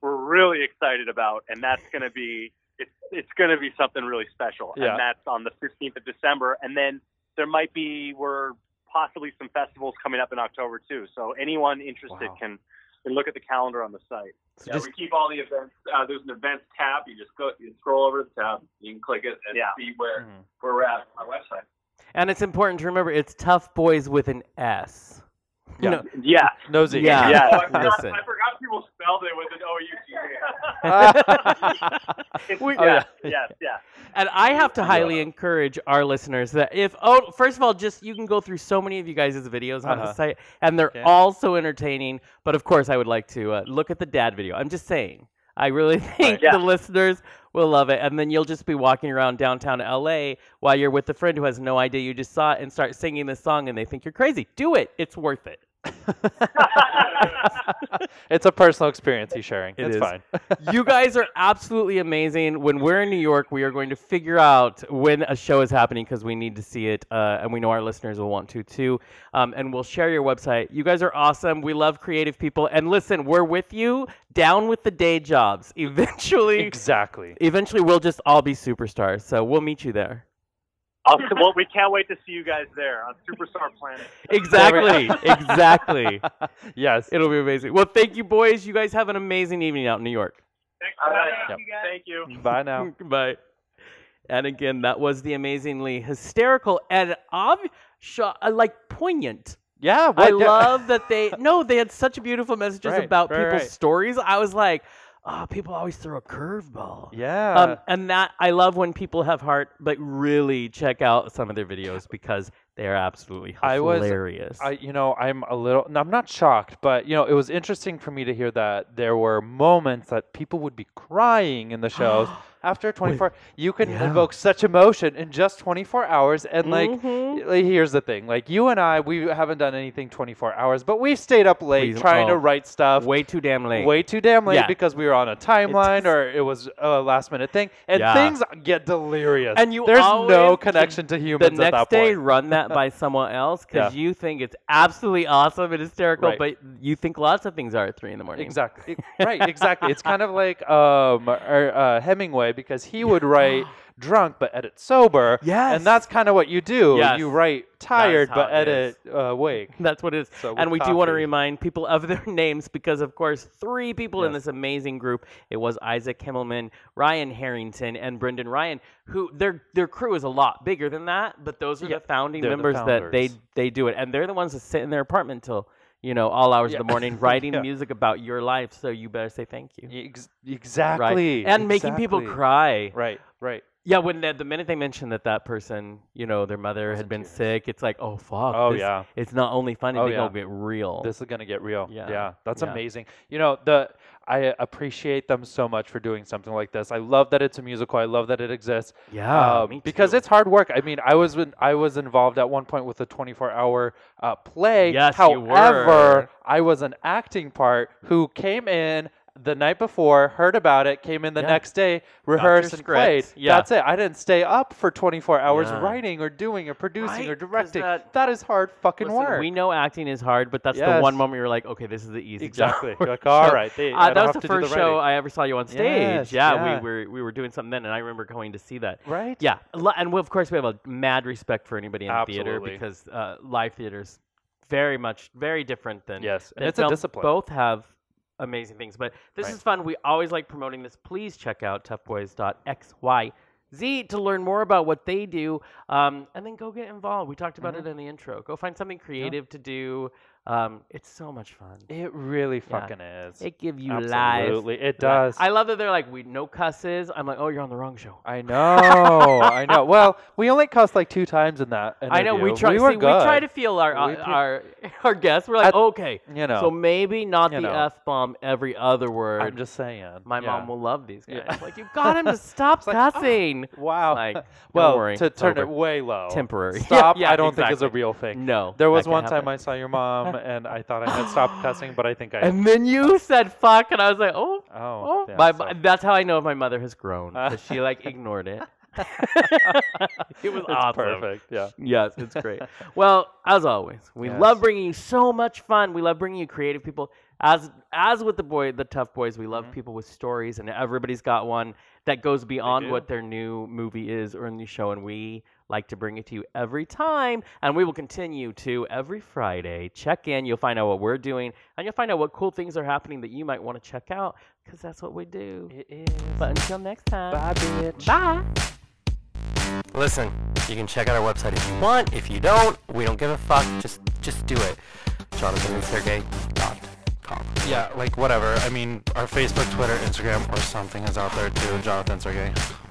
we're really excited about, and that's going to be it's it's going to be something really special, Yeah. and that's on the 15th of December. And then there might be we're possibly some festivals coming up in October too. So anyone interested Wow. can can look at the calendar on the site. So Yeah, just- we keep all the events. Uh, there's an events tab. You just go, you scroll over to the tab. You can click it and Yeah. see where, Mhm. where we're at on our website. and it's important to remember it's tough boys with an S. Yeah. No, Yeah, Nosy. Yeah. Yeah. Oh, I, forgot, Listen. I forgot people spelled it with an O U T A. It's- We- Oh, yeah, yeah. yes, yeah. And I have to highly encourage our listeners that if oh, first of all, just you can go through so many of you guys' videos on the Uh-huh. site, and they're Okay. all so entertaining. But of course, I would like to uh, look at the dad video. I'm just saying, I really think Yeah. the listeners will love it, and then you'll just be walking around downtown LA while you're with a friend who has no idea you just saw it and start singing this song, and they think you're crazy. Do it; it's worth it. Uh-huh. It's a personal experience he's sharing. It it's is. fine. you guys are absolutely amazing. When we're in New York, we are going to figure out when a show is happening because we need to see it, uh, and we know our listeners will want to too. Um, and we'll share your website. You guys are awesome. We love creative people. And listen, we're with you. Down with the day jobs. Eventually, exactly. eventually, we'll just all be superstars. So we'll meet you there. I'll, well, we can't wait to see you guys there on Superstar Planet. Exactly. exactly. Yes. It'll be amazing. Well, thank you, boys. You guys have an amazing evening out in New York. All right. Yep. Thank you. Bye now. Bye. And again, that was the amazingly hysterical and obvi- sh- uh, like poignant. Yeah, I what- yeah. love that they no, they had such beautiful messages Right, about right, people's right. stories. I was like, oh, people always throw a curveball. Yeah. Um, and that I love when people have heart, but really check out some of their videos because They are absolutely I was- hilarious. I, you know, I'm a little. no, I'm not shocked, but you know, it was interesting for me to hear that there were moments that people would be crying in the shows after 24. you can Yeah. evoke such emotion in just 24 hours, and like, Mhm. like, here's the thing: like you and I, we haven't done anything 24 hours, but we've stayed up late We've- trying oh, to write stuff. way too damn late. Way too damn late Yeah. because we were on a timeline does- or it was a last minute thing, and Yeah. things get delirious. And you there's no always- connection to humans the at next that day, point. run that by someone else because you think it's absolutely awesome and hysterical, Right. but you think lots of things are at three in the morning. Exactly. Right. Exactly. it's kind of like um, or, uh, Hemingway because he would write drunk but edit sober. Yes. And that's kind of what you do. Yes. You write tired how but it edit uh, awake. That's what it is. So and we we do want copied. to remind people of their names because, of course, three people in Yes. this amazing group. It was Isaac Himmelman, Ryan Harrington, and Brendan Ryan. Who their their crew is a lot bigger than that, but those are Yeah, the founding they're the members that they founders. they do it, and they're the ones that sit in their apartment till you know all hours Yeah. of the morning writing Yeah. music about your life. So you better say thank you. E-, Ex- Right? exactly. And making people Exactly. cry. Right. Right. Yeah, when the, the minute they mentioned that that person, you know, their mother had been sick, it's like, oh fuck. Oh, this- yeah. It's not only funny; Oh, they yeah. gonna get real. This is gonna get real. Yeah. that's Yeah. amazing. You know, the I appreciate them so much for doing something like this. I love that it's a musical. I love that it exists. Yeah, um, me because too. it's hard work. I mean, I was in, I was involved at one point with a 24-hour uh, play. Yes, you were. However, I was an acting part who came in the night before, heard about it, came in the Yeah. next day, rehearsed and script. played. Yeah. That's it. I didn't stay up for 24 hours Yeah. writing or doing or producing Right? or 'Cause directing. that- that is hard fucking Listen, work. We know acting is hard, but that's the Yes. one moment you're like, okay, this is the easy Exactly. job. You're like, all right, they- I uh, don't that was have the to do the first show writing. I ever saw you on stage. Yes, yeah, yeah. we were we were doing something then, and I remember going to see that. right? Yeah, lo- and we, of course we have a mad respect for anybody in theater Absolutely. because uh, live theater's very much very different than Yes, and than it's a film. discipline. Both have amazing things, but this Right. is fun. We always like promoting this. Please check out toughboys.xyz to learn more about what they do, um, and then go get involved. We talked about Mm-hmm. it in the intro. Go find something creative to do. Um, it's so much fun. It really Yeah. fucking is. They give you life. Absolutely, it does. I love that they're like, we no cusses. I'm like, oh, you're on the wrong show. I know, I know. Well, we only cussed like two times in that. Interview. I know we try. We were see, we good. try to feel our uh, We pe- our our guests. We're like, At- okay, you know. so maybe not You the know. f bomb every other word. I'm just saying. My yeah. mom will love these guys. Yeah. Like you got him to stop like, oh, cussing. Wow. Like, don't well, worry, to it's turn it over. way low. Temporary. Yeah, Stop. yeah, I don't think is a exactly. real thing. No, There was that can one time happen. I saw your mom, and I thought I had stopped cussing, but I think I. and then you said fuck, and I was like, oh, oh, yeah, my, so- that's how I know my mother has grown because she like ignored it. it was It's awesome. perfect. Yeah. Yes, it's great. well, as always, we Yes. love bringing you so much fun. We love bringing you creative people. As as with the boy, the tough boys, we love people with stories, and everybody's got one that goes beyond what their new movie is or new show, and we like to bring it to you every time, and we will continue to every Friday. Check in, you'll find out what we're doing, and you'll find out what cool things are happening that you might want to check out because that's what we do. It is. But until next time, bye, bitch. Bye. Listen, you can check out our website if you want. If you don't, we don't give a fuck. Just just do it. JonathanSergey.com. Yeah, like whatever. I mean, our Facebook, Twitter, Instagram, or something is out there too. Jonathan Sergey.